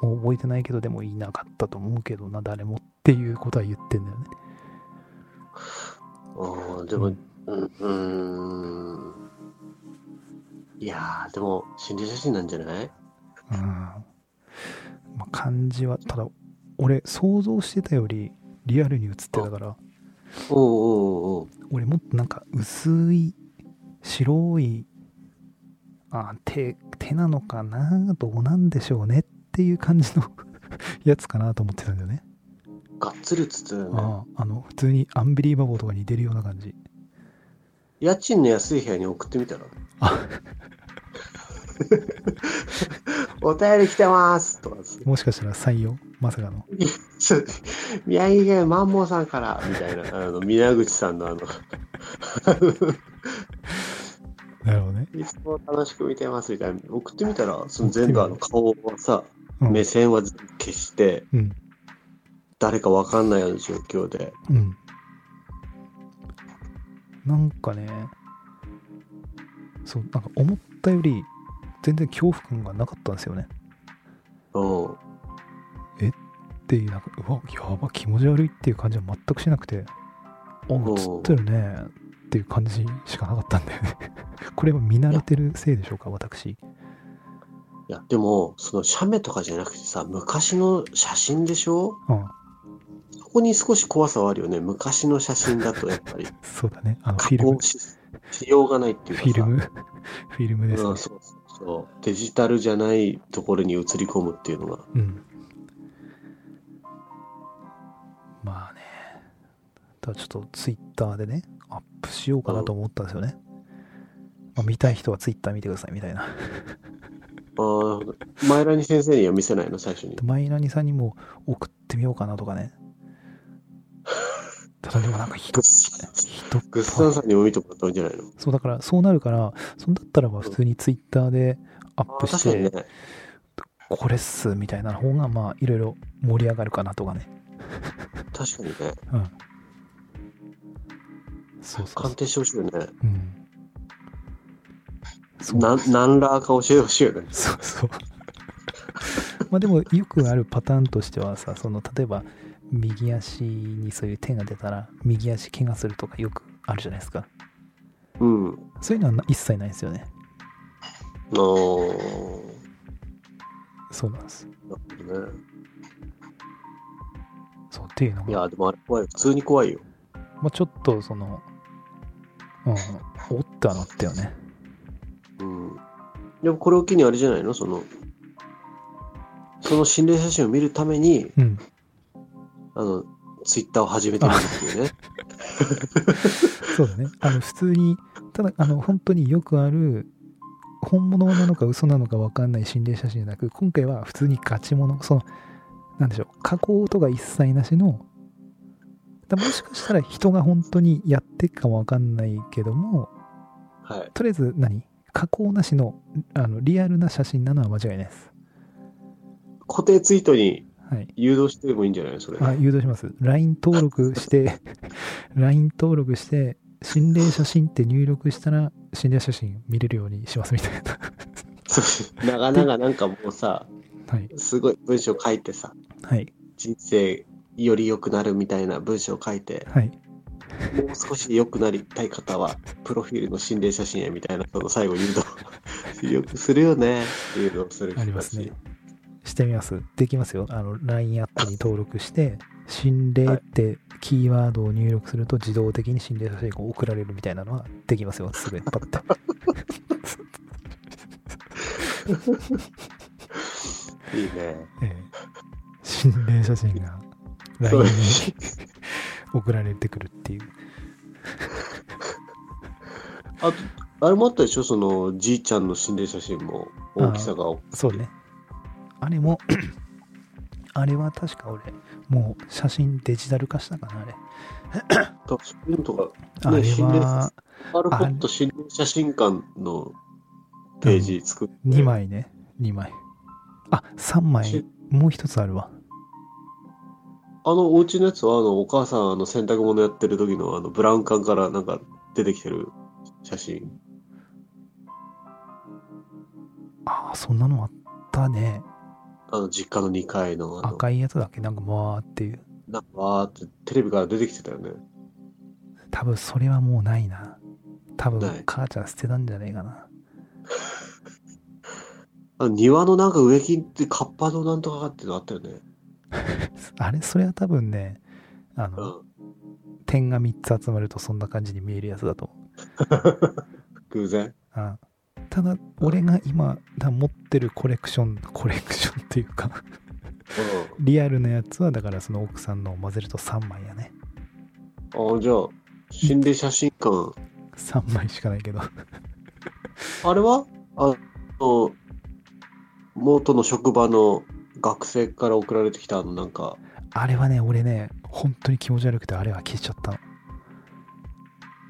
A: もう覚えてないけどでもいなかったと思うけどな誰もっていうことは言ってんだよね
B: うんでも、うん、うーん。いやー、でも、心理写真なんじゃない
A: うんまあ、感じはただ俺想像してたよりリアルに映ってたから
B: おうおうおう
A: 俺もっとなんか薄い白いあ手手なのかなどうなんでしょうねっていう感じの やつかなと思ってたんだよね、
B: がっつり写ってるよね。
A: あああの普通にアンビリーバボーとかに出るような感じ
B: 家賃の安い部屋に送ってみたら
A: あ
B: お便り来てますとかですね
A: もしかしたら採用まさかの
B: そう宮城県マンモーさんからみたいな、あの、宮口さんのあの、
A: なるほどね、
B: いつも楽しく見てますみたいな、送ってみたら、その全部あの顔をさ、
A: うん、
B: 目線は全部消して、
A: うん
B: 誰かわかんないような状況で、
A: うん。なんかね、そう、なんか思ったより全然恐怖感がなかったんですよね。
B: うん、うん
A: で、なんか、うわ、やば、気持ち悪いっていう感じは全くしなくて、お
B: おう
A: 映ってるねっていう感じしかなかったんだよね。 これは見慣れてるせいでしょうか、私。
B: いや、でも、その写メとかじゃなくてさ、昔の写真でしょ
A: うん、
B: そこに少し怖さはあるよね。昔の写真だとやっぱり、
A: そうだね。 あの、フ
B: 加
A: ィルム
B: 工、ししようがないっていう
A: フ
B: か
A: ィル
B: さ
A: ム、フィルムです
B: うん、
A: ね。
B: そうそうそう。デジタルじゃないところに映り込むっていうのが。
A: うん。まあね。ただちょっとツイッターでね、アップしようかなと思ったんですよね。まあ、見たい人はツイッター見てくださいみたいな。
B: あー前らに先生には見せないの、最初 に。
A: マイラニさんにも送ってみようかなとかね。ただでもなんかひど
B: グッサン
A: 人っぽ
B: グッ
A: い。
B: サンさんにも見てもらったんじゃないの
A: そうだからそうなるから、そんだったらば普通にツイッターでア
B: あ
A: ッ
B: ー
A: プし
B: 確かに
A: て、
B: ね。
A: これっすみたいな方がまあいろいろ盛り上がるかなとかね。
B: 確かにね。
A: うん。そうそう
B: 鑑
A: そ
B: 定してほしいよね。
A: う。うん。そう
B: な何らか教えてほしいよね。
A: そうそう。 まあでもよくあるパターンとしてはさ、その例えば右足にそういう手が出たら右足怪我するとかよくあるじゃないですか。
B: うん。
A: そういうのはな一切ないですよね。
B: あー
A: そうなんです。
B: なるほどね。
A: そうっていうの
B: い
A: が、
B: や、でもあれ怖い。普通に怖いよ。
A: まあちょっとその、うん、おってはなったよね。
B: うん。でもこれを機にあれじゃないのその、その心霊写真を見るために、
A: うん。
B: あの、ツイッターを始めてみるって いうね。
A: そうだね。あの普通に、ただあの本当によくある、本物なのか嘘なのか分かんない心霊写真じゃなく、今回は普通にガチもの、その、なんでしょう、加工とか一切なしの、だもしかしたら人が本当にやってっかも分かんないけども、
B: はい。
A: とりあえず何加工なしのあのリアルな写真なのは間違いないです。
B: 固定ツイートに
A: はい。
B: 誘導してもいいんじゃないそれ。
A: あ、誘導します。LINE 登録 して、LINE 登録して、心霊写真って入力したら、心霊写真見れるようにしますみたいな。
B: そう長々なんかもうさ、
A: はい。
B: すごい文章書いてさ、
A: はい。
B: 人生より良くなるみたいな文章を書いて、
A: はい。
B: もう少し良くなりたい方は、プロフィールの心霊写真やみたいな、その最後誘導 よくするよね、誘導する人たち
A: あり ますね。してみます。できますよ。あの、LINE アップに登録して、心霊ってキーワードを入力すると自動的に心霊写真が送られるみたいなのはできますよ。すぐパ ッて。
B: いいね。
A: ええ心霊写真が LINE に送られてくるっていう。
B: あと、あれもあったでしょ、そのじいちゃんの心霊写真も大きさが。
A: そうね。あれも、 あれは確か俺、もう写真デジタル化したかな、あれ。
B: そういうのとか、
A: あれ
B: 心霊写
A: は
B: アルコット心霊写真館のページ作って、
A: 2枚ね、2枚。あ、3枚
B: し、
A: もう一つあるわ。
B: あのお家のやつは、あのお母さん、あの洗濯物やってる時のあのブラウン管からなんか出てきてる写真。
A: ああ、そんなのあったね。
B: あの実家の2階の、あの、
A: 赤いやつだっけ、なんかわーっていう。
B: なんかわーってテレビから出てきてたよね。
A: 多分それはもうないな。多
B: ない
A: 分母ちゃん捨てたんじゃないかな。
B: あの庭のなんか植木ってカッパのなんとかがっていうのあったよね。
A: あれ、それは多分ね、あ
B: う
A: の、
B: ん。
A: 点が3つ集まるとそんな感じに見えるやつだと思う
B: 偶然。
A: あただ俺が今だ持ってるコレクションコレクションっていうか リアルなやつはだからその奥さんのを混ぜると3枚やね
B: うん。あじゃあ、心霊写真館。
A: 3枚しかないけど
B: あれはあの、元の職場の学生から送られてきたあのなんか、
A: あれはね俺ね本当に気持ち悪くてあれは消しちゃったの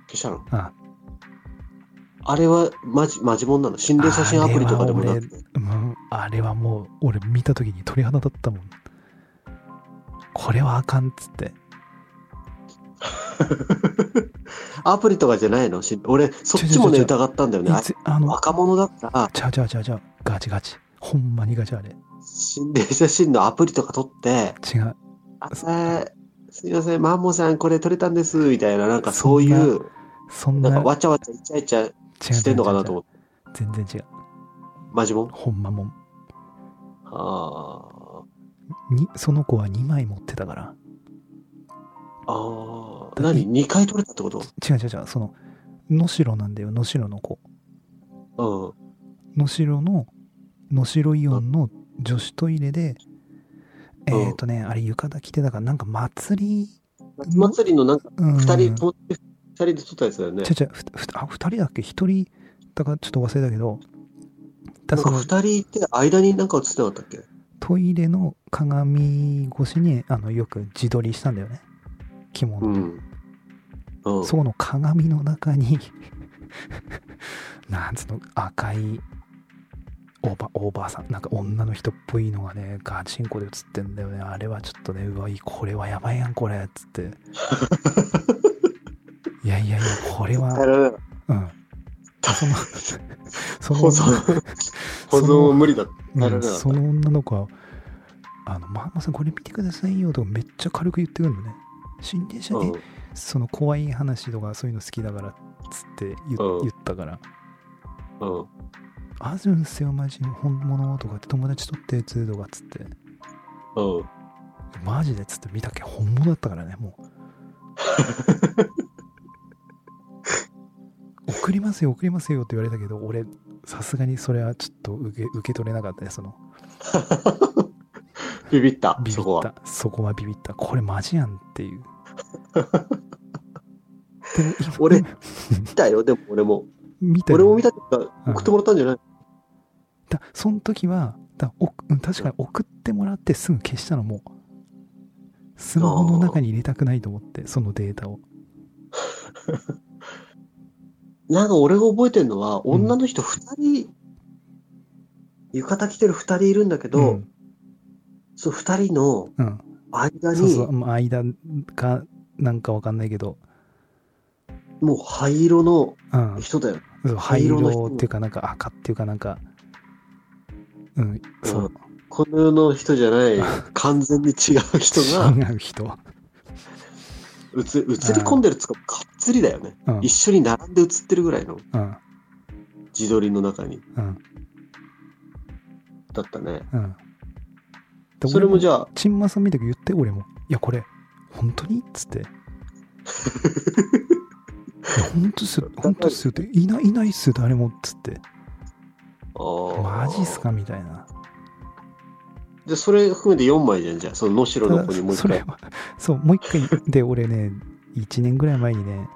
B: 消したの
A: あ
B: あれはマジ、マジもんなの心霊写真アプリとかでもなくて。
A: うんあれはもう俺見た時に鳥肌だったもんこれはあかんっつって
B: アプリとかじゃないのし俺、そっちもね、
A: ちょちょちょ
B: 疑ったんだよね。あ
A: いつあの
B: 若者だから、
A: ちゃうちゃうちゃうちゃうガチガチほんまにガチあれ
B: 心霊写真のアプリとか撮って、
A: 違う
B: あれすいません、マンモさん、これ撮れたんです、みたいな、なんかそういう、
A: そん
B: な
A: なん
B: かわちゃわちゃイチャイチャ
A: 違う違う違う
B: してんのかなと 思って。
A: 全然違う
B: マジもん
A: ほんまもん
B: あ
A: にその子は2枚持ってたから
B: あ。ああ。何 ?2 回撮れたってこと
A: 違う違う違うその能代なんだよ能代の子
B: うん。
A: 能代の能代イオンの女子トイレでえっ、
B: うん
A: ー、とねあれ浴衣着てたからなんか祭り
B: 夏祭りのなんか
A: うん
B: 二人、
A: 違う
B: 友達二人で撮ったやつだよね
A: 違。うふふあ2人だっけ1人だからちょっと忘れたけどだ
B: な
A: そ
B: んか
A: の
B: 二人いて間になんか映ってなかったっけ
A: トイレの鏡越しにあのよく自撮りしたんだよね着物
B: う
A: の、
B: ん。うん。
A: そこの鏡の中に なんつうの赤いおばおばあさんなんか女の人っぽいのがねガチンコで映ってんだよねあれはちょっとねうわいこれはやばいやんこれっつって いやいやいやこれは
B: ら
A: うんその そ
B: 保存、保存を無理だ。なる
A: う
B: ほ
A: ん、
B: ど
A: その女の子は、あの、ママさんこれ見てくださいよとかめっちゃ軽く言ってくるのね。心霊写
B: う
A: 真
B: ん
A: で、。その怖い話とかそういうの好きだからっつって言,、
B: うん
A: 言ったから、
B: うん。
A: あるんすよ、マジの本物とかって友達撮ってやつとかっつって、
B: うん。
A: マジでっつって見たっけ本物だったからね、 もう。送りますよ、送りますよって言われたけど、俺、さすがにそれはちょっと受け受け取れなかったね、その。
B: ビビった、
A: ビビ
B: そこ
A: っ
B: は。
A: たそこはビビったこれマジやんって いうでも今
B: 俺
A: 今
B: 見たよ、でも俺も。
A: 見たよ
B: 俺も見たっていうか、
A: うん
B: 送ってもらったんじゃない
A: だその時はだおうん確かに送ってもらってすぐ消したのもスマホの中に入れたくないと思ってそのデータを
B: なんか俺が覚えてるのは、
A: ん
B: 女の人二人、浴衣着てる二人いるんだけど、
A: うん
B: その二人の
A: うん、
B: 間
A: そう
B: に、
A: そうまあ間かなんかわかんないけど、
B: もう灰色の
A: うん、
B: 人だよ。
A: そう灰
B: 灰色の人
A: 色っていうかなんか赤っていうかなんかうんそう
B: うこの世の人じゃない、完全に違う人 が
A: 違う人、
B: 映映り込んでるっつうか、かっつりだよね。
A: うん
B: 一緒に並んで映ってるぐらいの
A: うん
B: 自撮りの中に
A: うん
B: だったね。
A: うんで
B: それもじゃあ、
A: チンマさん見て言って俺も「いやこれ本当に?」っ つって「いや本当っすよ本当っすよ」って「いないいないっすよ誰も」っつって「
B: あー
A: マジっすか?」みたいな
B: じゃあそれ含めて4枚じゃん、じゃあ、その能代の子にもう一
A: それ
B: 回。
A: はそうもう一回で俺ね1年ぐらい前にね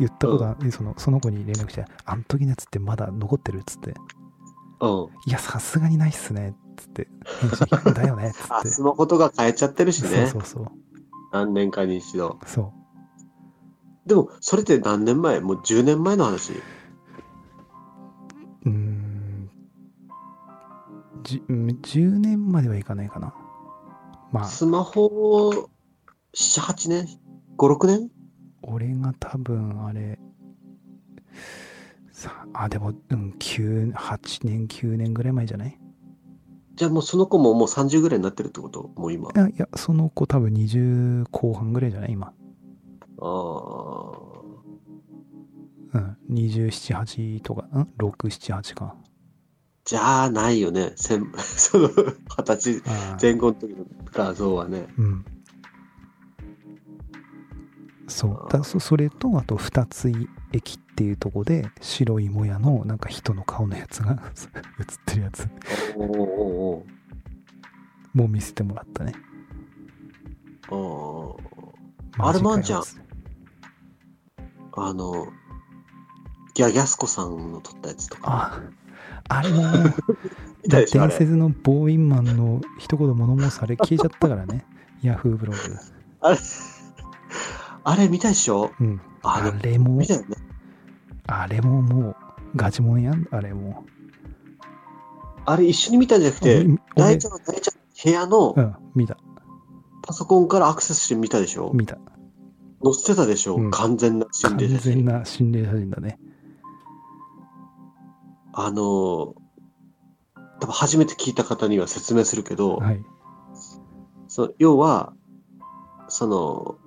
A: 言ったことが、そのその子に連絡して「あん時のやつってまだ残ってる?」っつって「
B: うん。
A: いやさすがにないっすね」っつって「返信だよね」っつっ
B: あ、
A: て
B: スマホとか変えちゃってるし
A: そう
B: ね
A: そ。うそう
B: 何年かに一度。
A: そう
B: でも、それって何年前もう10年前の話。
A: うーんじうん10年まではいかないかな。まあ、
B: スマホ、7、8年 ?5、6年
A: 俺が多分あれ、さあ、でも、うん、9、8年、9年ぐらい前じゃない
B: じゃあもうその子ももう30ぐらいになってるってこともう今。
A: いや、いやその子多分20後半ぐらいじゃない今。
B: ああ。
A: うん、27、8とか、うん、6、7、8か。
B: じゃあないよね。せん その、二十歳
A: あー
B: 前後の時の画像はね。
A: うん。そうだそそれとあと二つ井駅っていうとこで白いもやのなんか人の顔のやつが 映ってるやつ
B: おーお
A: も見せてもらったね
B: ーおーおー
A: マジかよ
B: あれもあんじゃんあの、ギャギャスコさんの撮ったやつとか。
A: ああれも
B: 見たでしょあ
A: 伝
B: れ
A: 説のボーインマンの一言物申すあれ消えちゃったからねヤフーブログ
B: あれ見たでしょ
A: うん
B: あ
A: あ
B: の、
A: れも
B: 見たよね。
A: あれももうガチもんやんあれも
B: あれ一緒に見たんじゃなくて、
A: 俺
B: 大ちゃんの大ちゃんの部屋の
A: うん見た
B: パソコンからアクセスして見たでしょ
A: 見た
B: 載せてたでしょ、
A: うん
B: 完全な心
A: 完
B: 霊写
A: 全
B: 真。
A: な心霊写真だね
B: あのー、多分初めて聞いた方には説明するけど、
A: はい
B: その要は、その、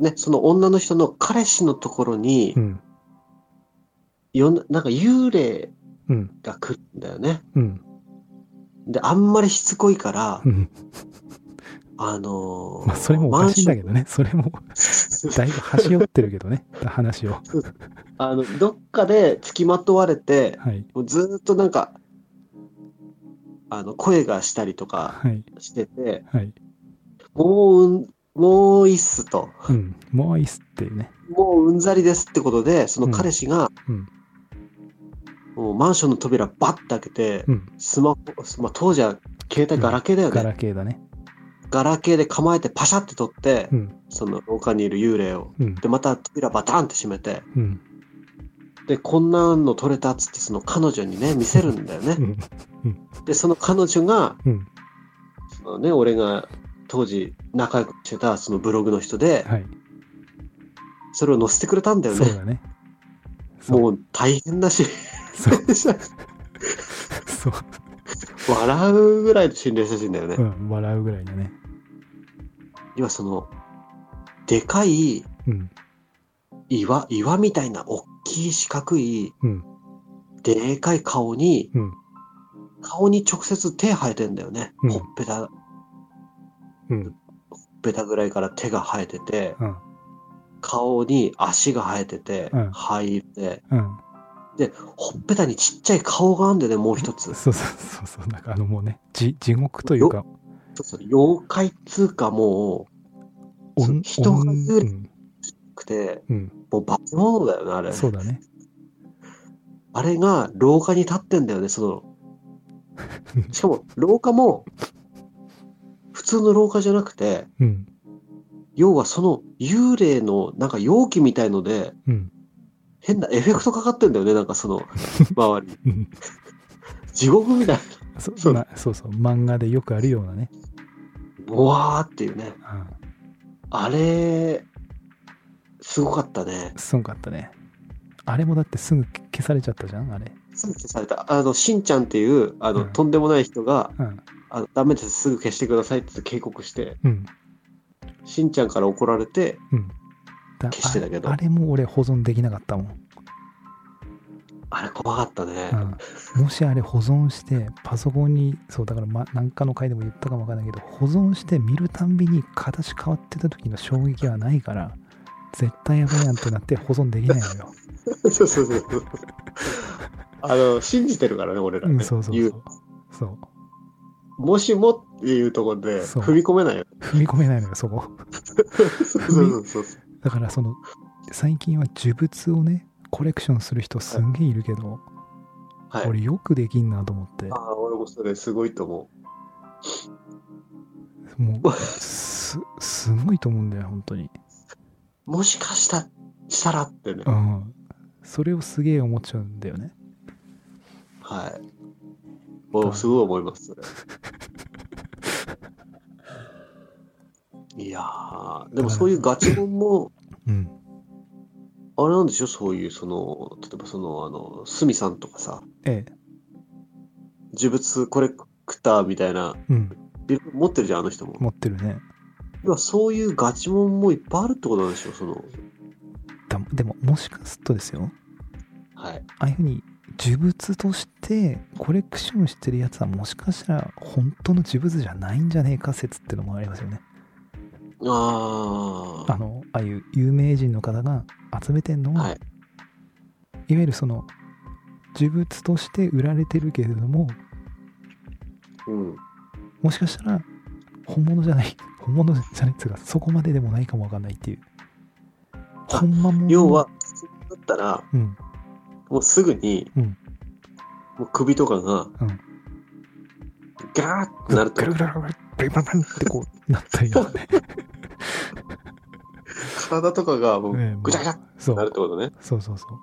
B: ね、その女の人の彼氏のところに、
A: うん
B: よんなんか幽霊
A: うん
B: が来るんだよね。
A: うん
B: で、あんまりしつこいから
A: う、ん
B: あのー
A: まあ、それもおかしいんだけどね。それも、
B: マ
A: だ
B: ン
A: い
B: シ
A: ぶ端折ってるけどね。話を。
B: ョンあの、どっかで付きまとわれて、
A: はい。
B: もうずーっとなんか、あの、声がしたりとか
A: はい。
B: してて、
A: はい。
B: もううん、もういいっすと、
A: うん。もういいっすっていうね。
B: もううんざりですってことで、その彼氏が、
A: うん
B: もうマンションの扉バッて開けて、
A: うん。
B: スマホ、まあ、当時は携帯ガラケーだよ
A: ガ
B: ね。
A: ラケーだね。
B: ガラケーで構えてパシャって取って、
A: うん。
B: その廊下にいる幽霊を。
A: うん。
B: で、また扉バタンって閉めて、
A: うん。
B: で、こんなの取れたっつって、その彼女にね、見せるんだよね
A: う。ん。
B: で、その彼女が、
A: うん。
B: そのね、俺が当時仲良くしてたそのブログの人で、
A: はい。
B: それを載せてくれたんだよ
A: そう
B: ね。
A: だね。そう
B: もう大変だし、
A: そう そう。
B: 笑うぐらいの心霊写真だよね。
A: うん。笑うぐらいだね。
B: 要はその、でかい
A: うん。
B: 岩、岩みたいな大きい四角い、
A: うん。
B: でかい顔に、
A: うん
B: 顔に直接手生えてんだよね。
A: うん
B: ほっぺた、ほっ
A: うん。
B: ぺたぐらいから手が生えてて、
A: うん。
B: 顔に足が生えてて、
A: うん
B: 灰色で、
A: うん。
B: で、ほっぺたにちっちゃい顔があるんだよね、もう一つ。
A: そうそうそうそう。なんかあのもうね、じ地獄というか、
B: そうそう妖怪っつうかもう、
A: お
B: そ
A: ん
B: う人が
A: うん
B: 幽霊くて、
A: うん。
B: もう化け物だよね、あれ。
A: そうだね。
B: あれが廊下に立ってんだよね、そ の。しかも、廊下も、普通の廊下じゃなくて、
A: うん。
B: 要はその幽霊のなんか容器みたいので、
A: うん。
B: 変なエフェクトかかってんだよね、なんかその、周り。
A: うん
B: 地獄みたい
A: そ
B: そう
A: まそうそう。漫画でよくあるようなね。
B: な。うわーっていうね。
A: うん。
B: あれ、すごかったね。
A: すごかったね。あれもだってすぐ消されちゃったじゃん、あれ。
B: すぐ消された。あの、しんちゃんっていう、あの、
A: うん
B: とんでもない人が、
A: うん。
B: あのダメです、すぐ消してくださいって警告して、
A: うん。
B: しんちゃんから怒られて、
A: だ
B: 消してたけど
A: ああれも俺保存できなかったもん。
B: あれ怖かったね。
A: うん、もしあれ保存してパソコンにそうだから、ま、何かの回でも言ったかもわかんないけど保存して見るたんびに形変わってた時の衝撃はないから絶対やばいやんってなって保存できないの よ、
B: そうそうそうそう。あの、信じてるからね、俺ら
A: う
B: ね。
A: ん、そうそう
B: 言
A: そうそう
B: もしもっていうところで
A: そう
B: 踏み込めな いよ。
A: 踏み込めないのよそこ
B: そうそうそうそう。
A: だからその最近は呪物をねコレクションする人すんげえいるけど、
B: はい。
A: 俺よくできんなと思って
B: ああ、俺もそれすごいと思
A: もうすすごいと思うんだよ本当に
B: う。もしかしたしたらってね
A: う。んそれをすげえ思っちゃうんだよね
B: はい。もうすごい思います、それ。いやー、でもそういうガチ本も、
A: うん
B: あれなんでしょそういう、その、例えばその、あの、スミさんとかさ、
A: ええ
B: 呪物コレクターみたいな、
A: うん
B: いろいろ持ってるじゃん、あの人も。
A: 持ってるね
B: 要はそういうガチモンもいっぱいあるってことなんでしょう、その。
A: だでももしかするとですよ
B: はい。
A: ああいうふうに呪物としてコレクションしてるやつはもしかしたら本当の呪物じゃないんじゃねえか説ってのもありますよね
B: あ
A: あのああいう有名人の方が集めてんの
B: あ。
A: は、、
B: はいい。
A: わゆるその呪物として売られてるけれども
B: うん。
A: もしかしたら本物じゃない 本物じゃないっつうかそこまででもないかもわかんないっていう
B: あ
A: 本間もの
B: 要は、だったら、
A: うん
B: もうすぐに、
A: うん
B: もう首とかが、
A: うん
B: ガーってなると
A: ぐ、るぐるぐるぐるぐるぐるってこうなったりと かね
B: 体とかがも
A: ねえも
B: う
A: う
B: ぐちゃぐちゃって
A: そ
B: なるっ
A: う
B: てことね。
A: そうそうそう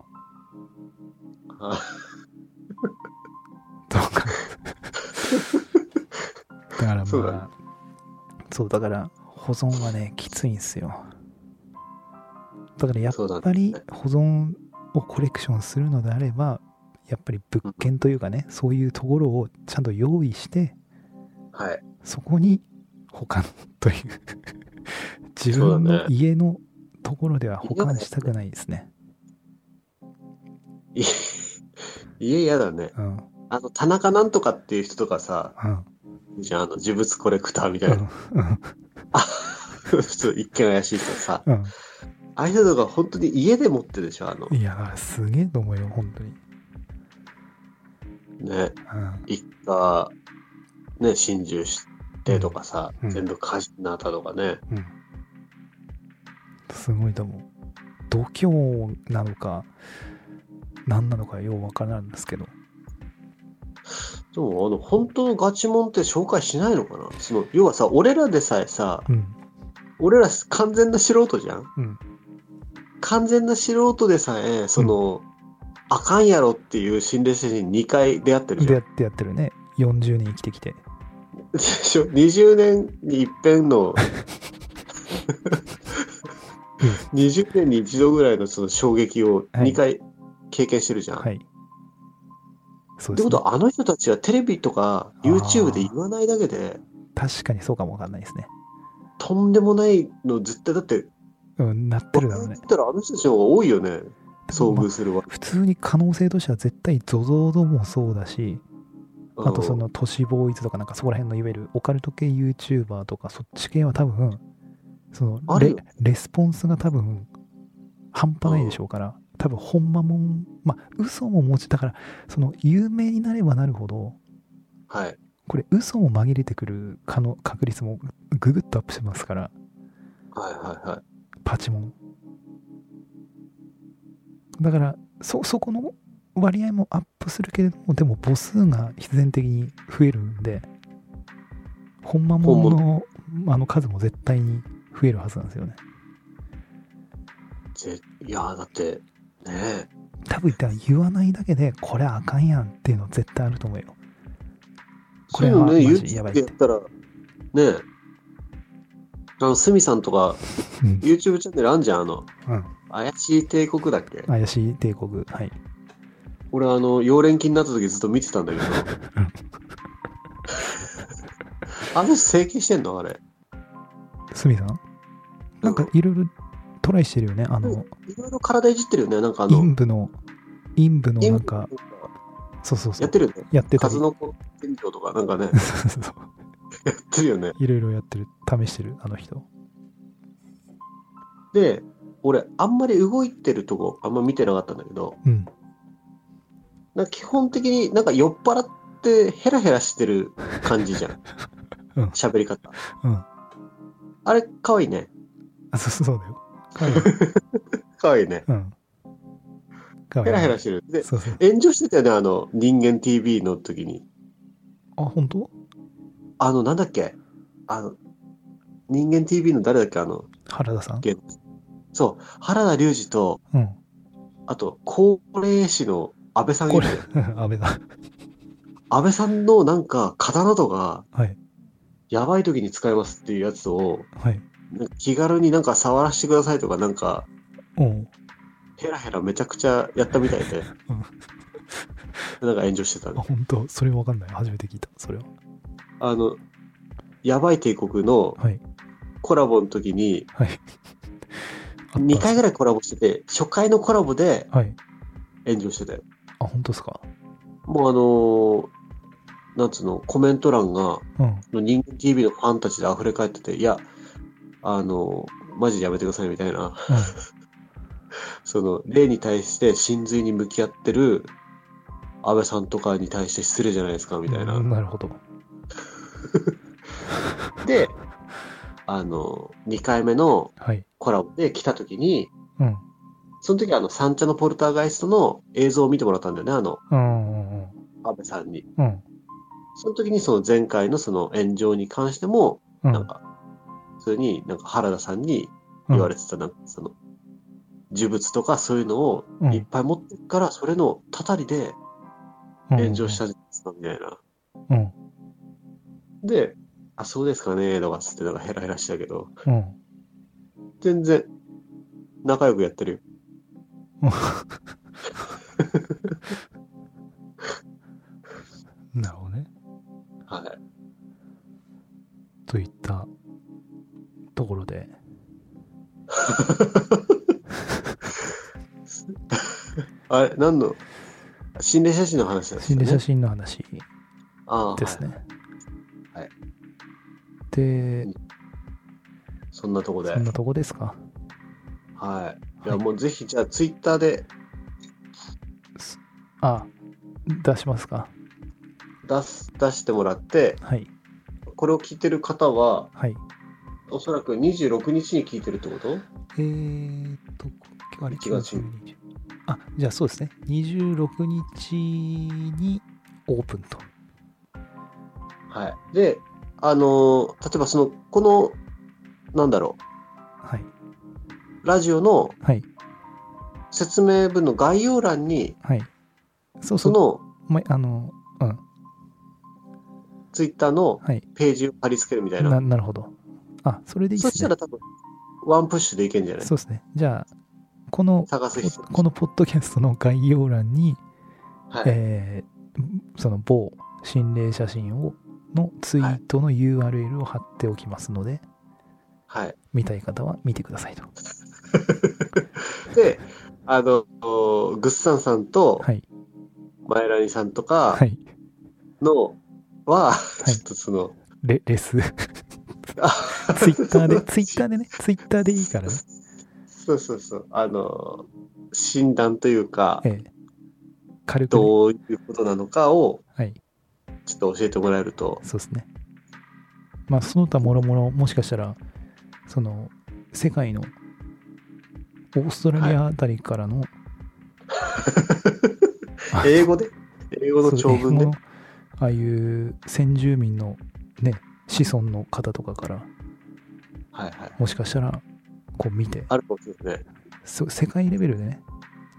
B: あ
A: とかだからまあ
B: そ
A: そうう
B: だ
A: だ,、
B: ね
A: から保存はねきついんすよだからやっ
B: そうだ
A: ぱり
B: ね
A: 保存をコレクションするのであればやっぱり物件というかね、そういうところをちゃんと用意して
B: はい。
A: そこに保管という自分
B: そうだね
A: の家のところでは保管したくないですね
B: い 家嫌だね。
A: うん
B: あの、田中なんとかっていう人とかさ、
A: うん
B: じゃあ、あの、呪物コレクターみた
A: う
B: い
A: ん
B: な、 普通、一見怪しい人さ、
A: うん
B: ああいうのが本当に家で持ってるでしょ、あの
A: う、んいやだからすげえと思うよ本当に
B: ね。
A: うん
B: 一家、ね、心中してとかさ、
A: うん
B: 全部火事になったとかね。
A: うん。すごいと思う。度胸なのか、何なのかようわからんですけど
B: でも、あの、本当のガチモンって紹介しないのかなその、要はさ、俺らでさえさ、
A: うん
B: 俺ら完全な素人じゃん
A: うん
B: 完全な素人でさえ、その、あかんやろっていう心霊写真2回出会ってるじ
A: で
B: ゃ
A: や
B: ん。
A: ってやってるね40年生きてきて
B: でしょ ?20 年に一遍の、20年に一度ぐらいのその衝撃を2回経験してるじゃん。
A: はいそう
B: っ
A: です、
B: てこ
A: ね、
B: とは、あの人たちはテレビとか YouTube で言わないだけで、
A: 確かにそうかもわかんないですね
B: とんでもないの絶対だって、
A: うんなってるだろうね
B: 言ったらあの人たちの方が多いよね。遭遇するわ。
A: 普通に可能性としては絶対ゾゾドもそうだしあとその都市ボーイズとかなんかそこら辺のいわゆるオカルト系 YouTuber とかそっち系は多分その
B: ある
A: レ
B: よ
A: レスポンスが多分半端ないでしょうから多分ほんまもんまあ嘘も持ちだからその有名になればなるほど
B: うん。はい。
A: これ嘘も紛れてくる可能確率もググッとアップしますから
B: はいはいはい。
A: パチモンだからそそこの割合もアップするけれどもでも母数が必然的に増えるんでほんまもののあの数も絶対に増えるはずなんですよね
B: ぜいやーだって、ねえ
A: 多分言ったら言わないだけでこれあかんやんっていうの絶対あると思うよこ
B: そうい
A: れ
B: う
A: は
B: のね、
A: マジやば
B: YouTube
A: い
B: で
A: っ
B: やってたら、ねえ、あの、スミさんとか、
A: うん
B: YouTube チャンネルあんじゃん、あの、
A: うん
B: 怪しい帝国だっけ
A: 怪しい帝国はい
B: 俺、あの、溶連菌になった時ずっと見てたんだ けど。あの人整形してんのあれ。
A: スミさんなんかいろいろトライしてるよねあの
B: いろいろ体いじってるよね、なんかあの、
A: 陰部の陰部のなんか
B: 陰部
A: そうそうそう
B: やってるよね。
A: やってたり
B: 数の子店長とかなんかね、
A: そうそうそう
B: やってるよね。
A: いろいろやってる試してるあの人
B: で、俺、あんまり動いてるとこ、あんま見てなかったんだけど、
A: うん
B: なんか基本的になんか酔っ払ってヘラヘラしてる感じじゃん
A: うん。
B: 喋、り方。
A: うん
B: あれ、かわいいね。
A: あそうそうだよかわいい
B: かわいいね。
A: うんかわい
B: ヘ
A: い
B: ラヘラしてる。で、
A: そうそう
B: 炎上してたよね、あの、人間 TV の時に。
A: あ本当
B: あの、なんだっけあの、人間 TV の誰だっけあの、
A: 原田さん
B: ゲーム。そう、原田龍二と、
A: うん
B: あと、高齢士の安倍さんいるじゃん
A: 安倍だ
B: 安倍さんのなんか、刀とか、
A: はい
B: やばい時に使いますっていうやつを、
A: はい
B: なんか気軽になんか触らせてくださいとか、なんか、
A: うん
B: ヘラヘラめちゃくちゃやったみたいで、なんか炎上してた
A: あ
B: ね。
A: 本当それわかんない初めて聞いたそれは
B: あの、やばい帝国の
A: はい
B: コラボの時に、
A: はいあった
B: 2回ぐらいコラボしてて、初回のコラボで
A: はい
B: 炎上してたよ。
A: あ本当ですか
B: もうあのーなんつうの、コメント欄が、
A: うん
B: 人間 TV のファンたちで溢れ返ってて、いや、あのーマジでやめてくださいみたいな、 その、例に対して真髄に向き合ってる安倍さんとかに対して失礼じゃないですか、みたいな。
A: うんなるほど
B: で、あの、2回目の
A: はい
B: コラボで来た時に、
A: うん
B: その時あの、三茶のポルターガイストの映像を見てもらったんだよね、あの、
A: うんうんうん
B: 安倍さんに。
A: うん
B: その時にその前回のその炎上に関しても、
A: うん
B: なんか、それになんか原田さんに言われてた、なんかその、呪物とかそういうのを
A: うん
B: いっぱい持ってるから、それのたたりで
A: うん
B: 炎上したんじゃないですか、みたいな。
A: うん
B: で、あ、そうですかね、とかつってなんかヘラヘラしたけど、
A: うん
B: 全然仲良くやってるよ。
A: なるほどね。
B: はい。
A: といったところで。
B: あれ、何の心霊写真の話なんです
A: 心
B: よね。
A: 霊写真の話
B: ああ
A: ですね。
B: はいはい
A: で、
B: そんなとこで。
A: そんなとこですか。
B: はい。いや、もうぜひ、じゃあ、ツイッターで
A: あ、出しますか。
B: 出す、出してもらって、
A: はい。
B: これを聞いてる方は、
A: はい。
B: おそらく26日に聞いてるってこと
A: えーっと、今日あれ
B: 1月
A: 92あじゃあそうですね26日にオープンと
B: はい。で、あのー例えばその、この、なんだろ、
A: はいう
B: ラジオの
A: はい
B: 説明文の概要欄に、
A: はいそうそ
B: そうの
A: まあのうん
B: ツイッターの
A: はい
B: ページを貼り付けるみたいな。
A: ななるほどあそれでいい
B: そ
A: で
B: し
A: す
B: た
A: ね
B: ら多分、ワンプッシュでいけんじゃない
A: そうですねじゃあこの
B: 探す人。
A: このポッドキャストの概要欄に、
B: はい。
A: えーその某心霊写真をのツイートの URL を貼っておきますので、
B: はい。
A: 見たい方は見てくださいと。
B: で、あの、おぐっさんさんと、
A: はい。
B: マエラニさんとか
A: はい。
B: の、は、
A: い
B: ちょっとその、
A: レレ ス。
B: あ
A: ツイッターで、ツイッターでね、ツイッターでいいからね。
B: そうそうそう。あの、診断というか
A: え、え軽くね、
B: どういうことなのかを、
A: はい。
B: ちょっと教えてもらえると。
A: そうですね。まあ、その他もろもろ、もしかしたら、その、世界の、オーストラリアあたりからの、あ
B: 英語で英語の
A: そう
B: 長
A: 英語
B: 文で
A: のああいう先住民のね、子孫の方とかから、
B: はいはい。
A: もしかしたら、こう見て、
B: あるかもしれないですね。
A: そう世界レベルでね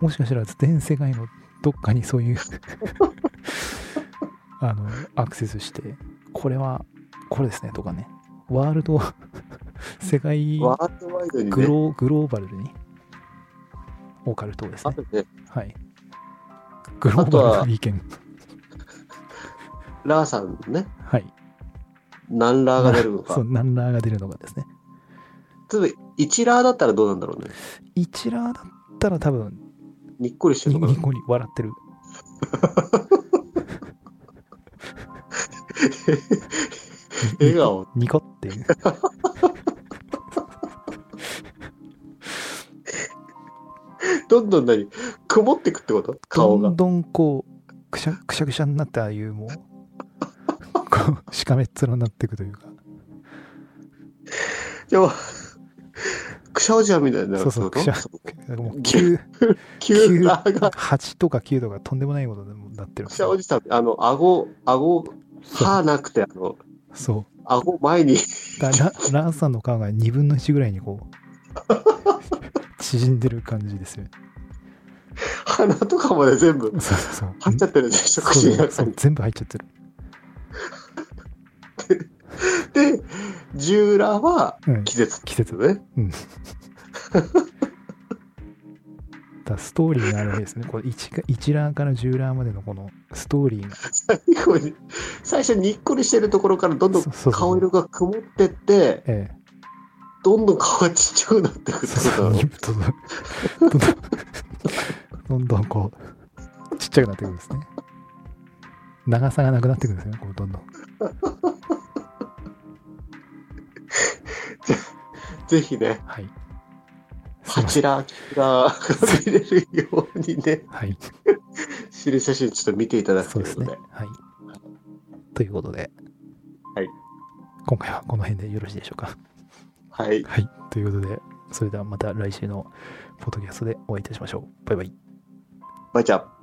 A: もしかしたら全世界のどっかにそういう あのアクセスしてこれはこれですねとかねワールド世界
B: ワールドワイドに
A: グ
B: ね、
A: ログローバルにオカルトです
B: あ
A: ね
B: とね、
A: はいグローバルな意見
B: ラーさんのね、
A: はい
B: 何ラーが出るの
A: そ
B: か
A: う。何ラーが出るのかですね
B: 例えば、1ラーだったらどうなんだろうね。
A: 1ラーだったら多分
B: にっこりして
A: ニ
B: るのか
A: ニ
B: な。
A: コに笑 ってる
B: 笑顔。
A: ニコっていう。
B: どんどん何曇ってくってこと顔
A: ど
B: が
A: ん。どんこうくしゃくしゃくしゃになったああいうもうこうしかめっ面になっていくというか
B: でも、クシャオジャンみたいになる
A: そうそう
B: って
A: く
B: こ
A: しゃ
B: と
A: もう9
B: 急ラーが、
A: 8とか9とかとんでもないことになってる
B: クシャおじさん、あの、顎、顎、歯なくて、あの、
A: そ
B: 顎前に、
A: うだ ラランさんの顔が2分の1ぐらいにこう縮んでる感じですよね
B: 鼻とかまで全部
A: そうそうそうん
B: 入っちゃってるでしょ、
A: そ
B: 口の
A: う
B: 中
A: そ
B: に
A: う。全部入っちゃってる
B: で、従来は
A: うん
B: 季節。
A: 季節
B: ね。
A: だストーリーがあるわけですねこれ 1, か1ラーから10ラーまでのこのストーリーが
B: 最後に、最初にっこりしてるところからどんどん
A: そうそうそう
B: 顔色が曇ってって、
A: ええ
B: どんどん顔がちっちゃくなってくってこと
A: そう
B: なの
A: そうどんどんどんどんこうちっちゃくなってくるんですね長さがなくなってくるんですよねこうどんどん
B: ぜひね、
A: はいすい
B: ハ
A: ませ
B: チ
A: ん
B: ラキラが見れるようにね、
A: はい
B: 知る写真ちょっと見ていただく
A: そ
B: と
A: う
B: い
A: で
B: う
A: す
B: こと
A: ね
B: で。
A: はいということで、
B: はい、
A: 今回はこの辺でよろしいでしょうか
B: はい。
A: はいということでそれではまた来週のポッドキャストでお会いいたしましょうバイバイ
B: バイちゃん。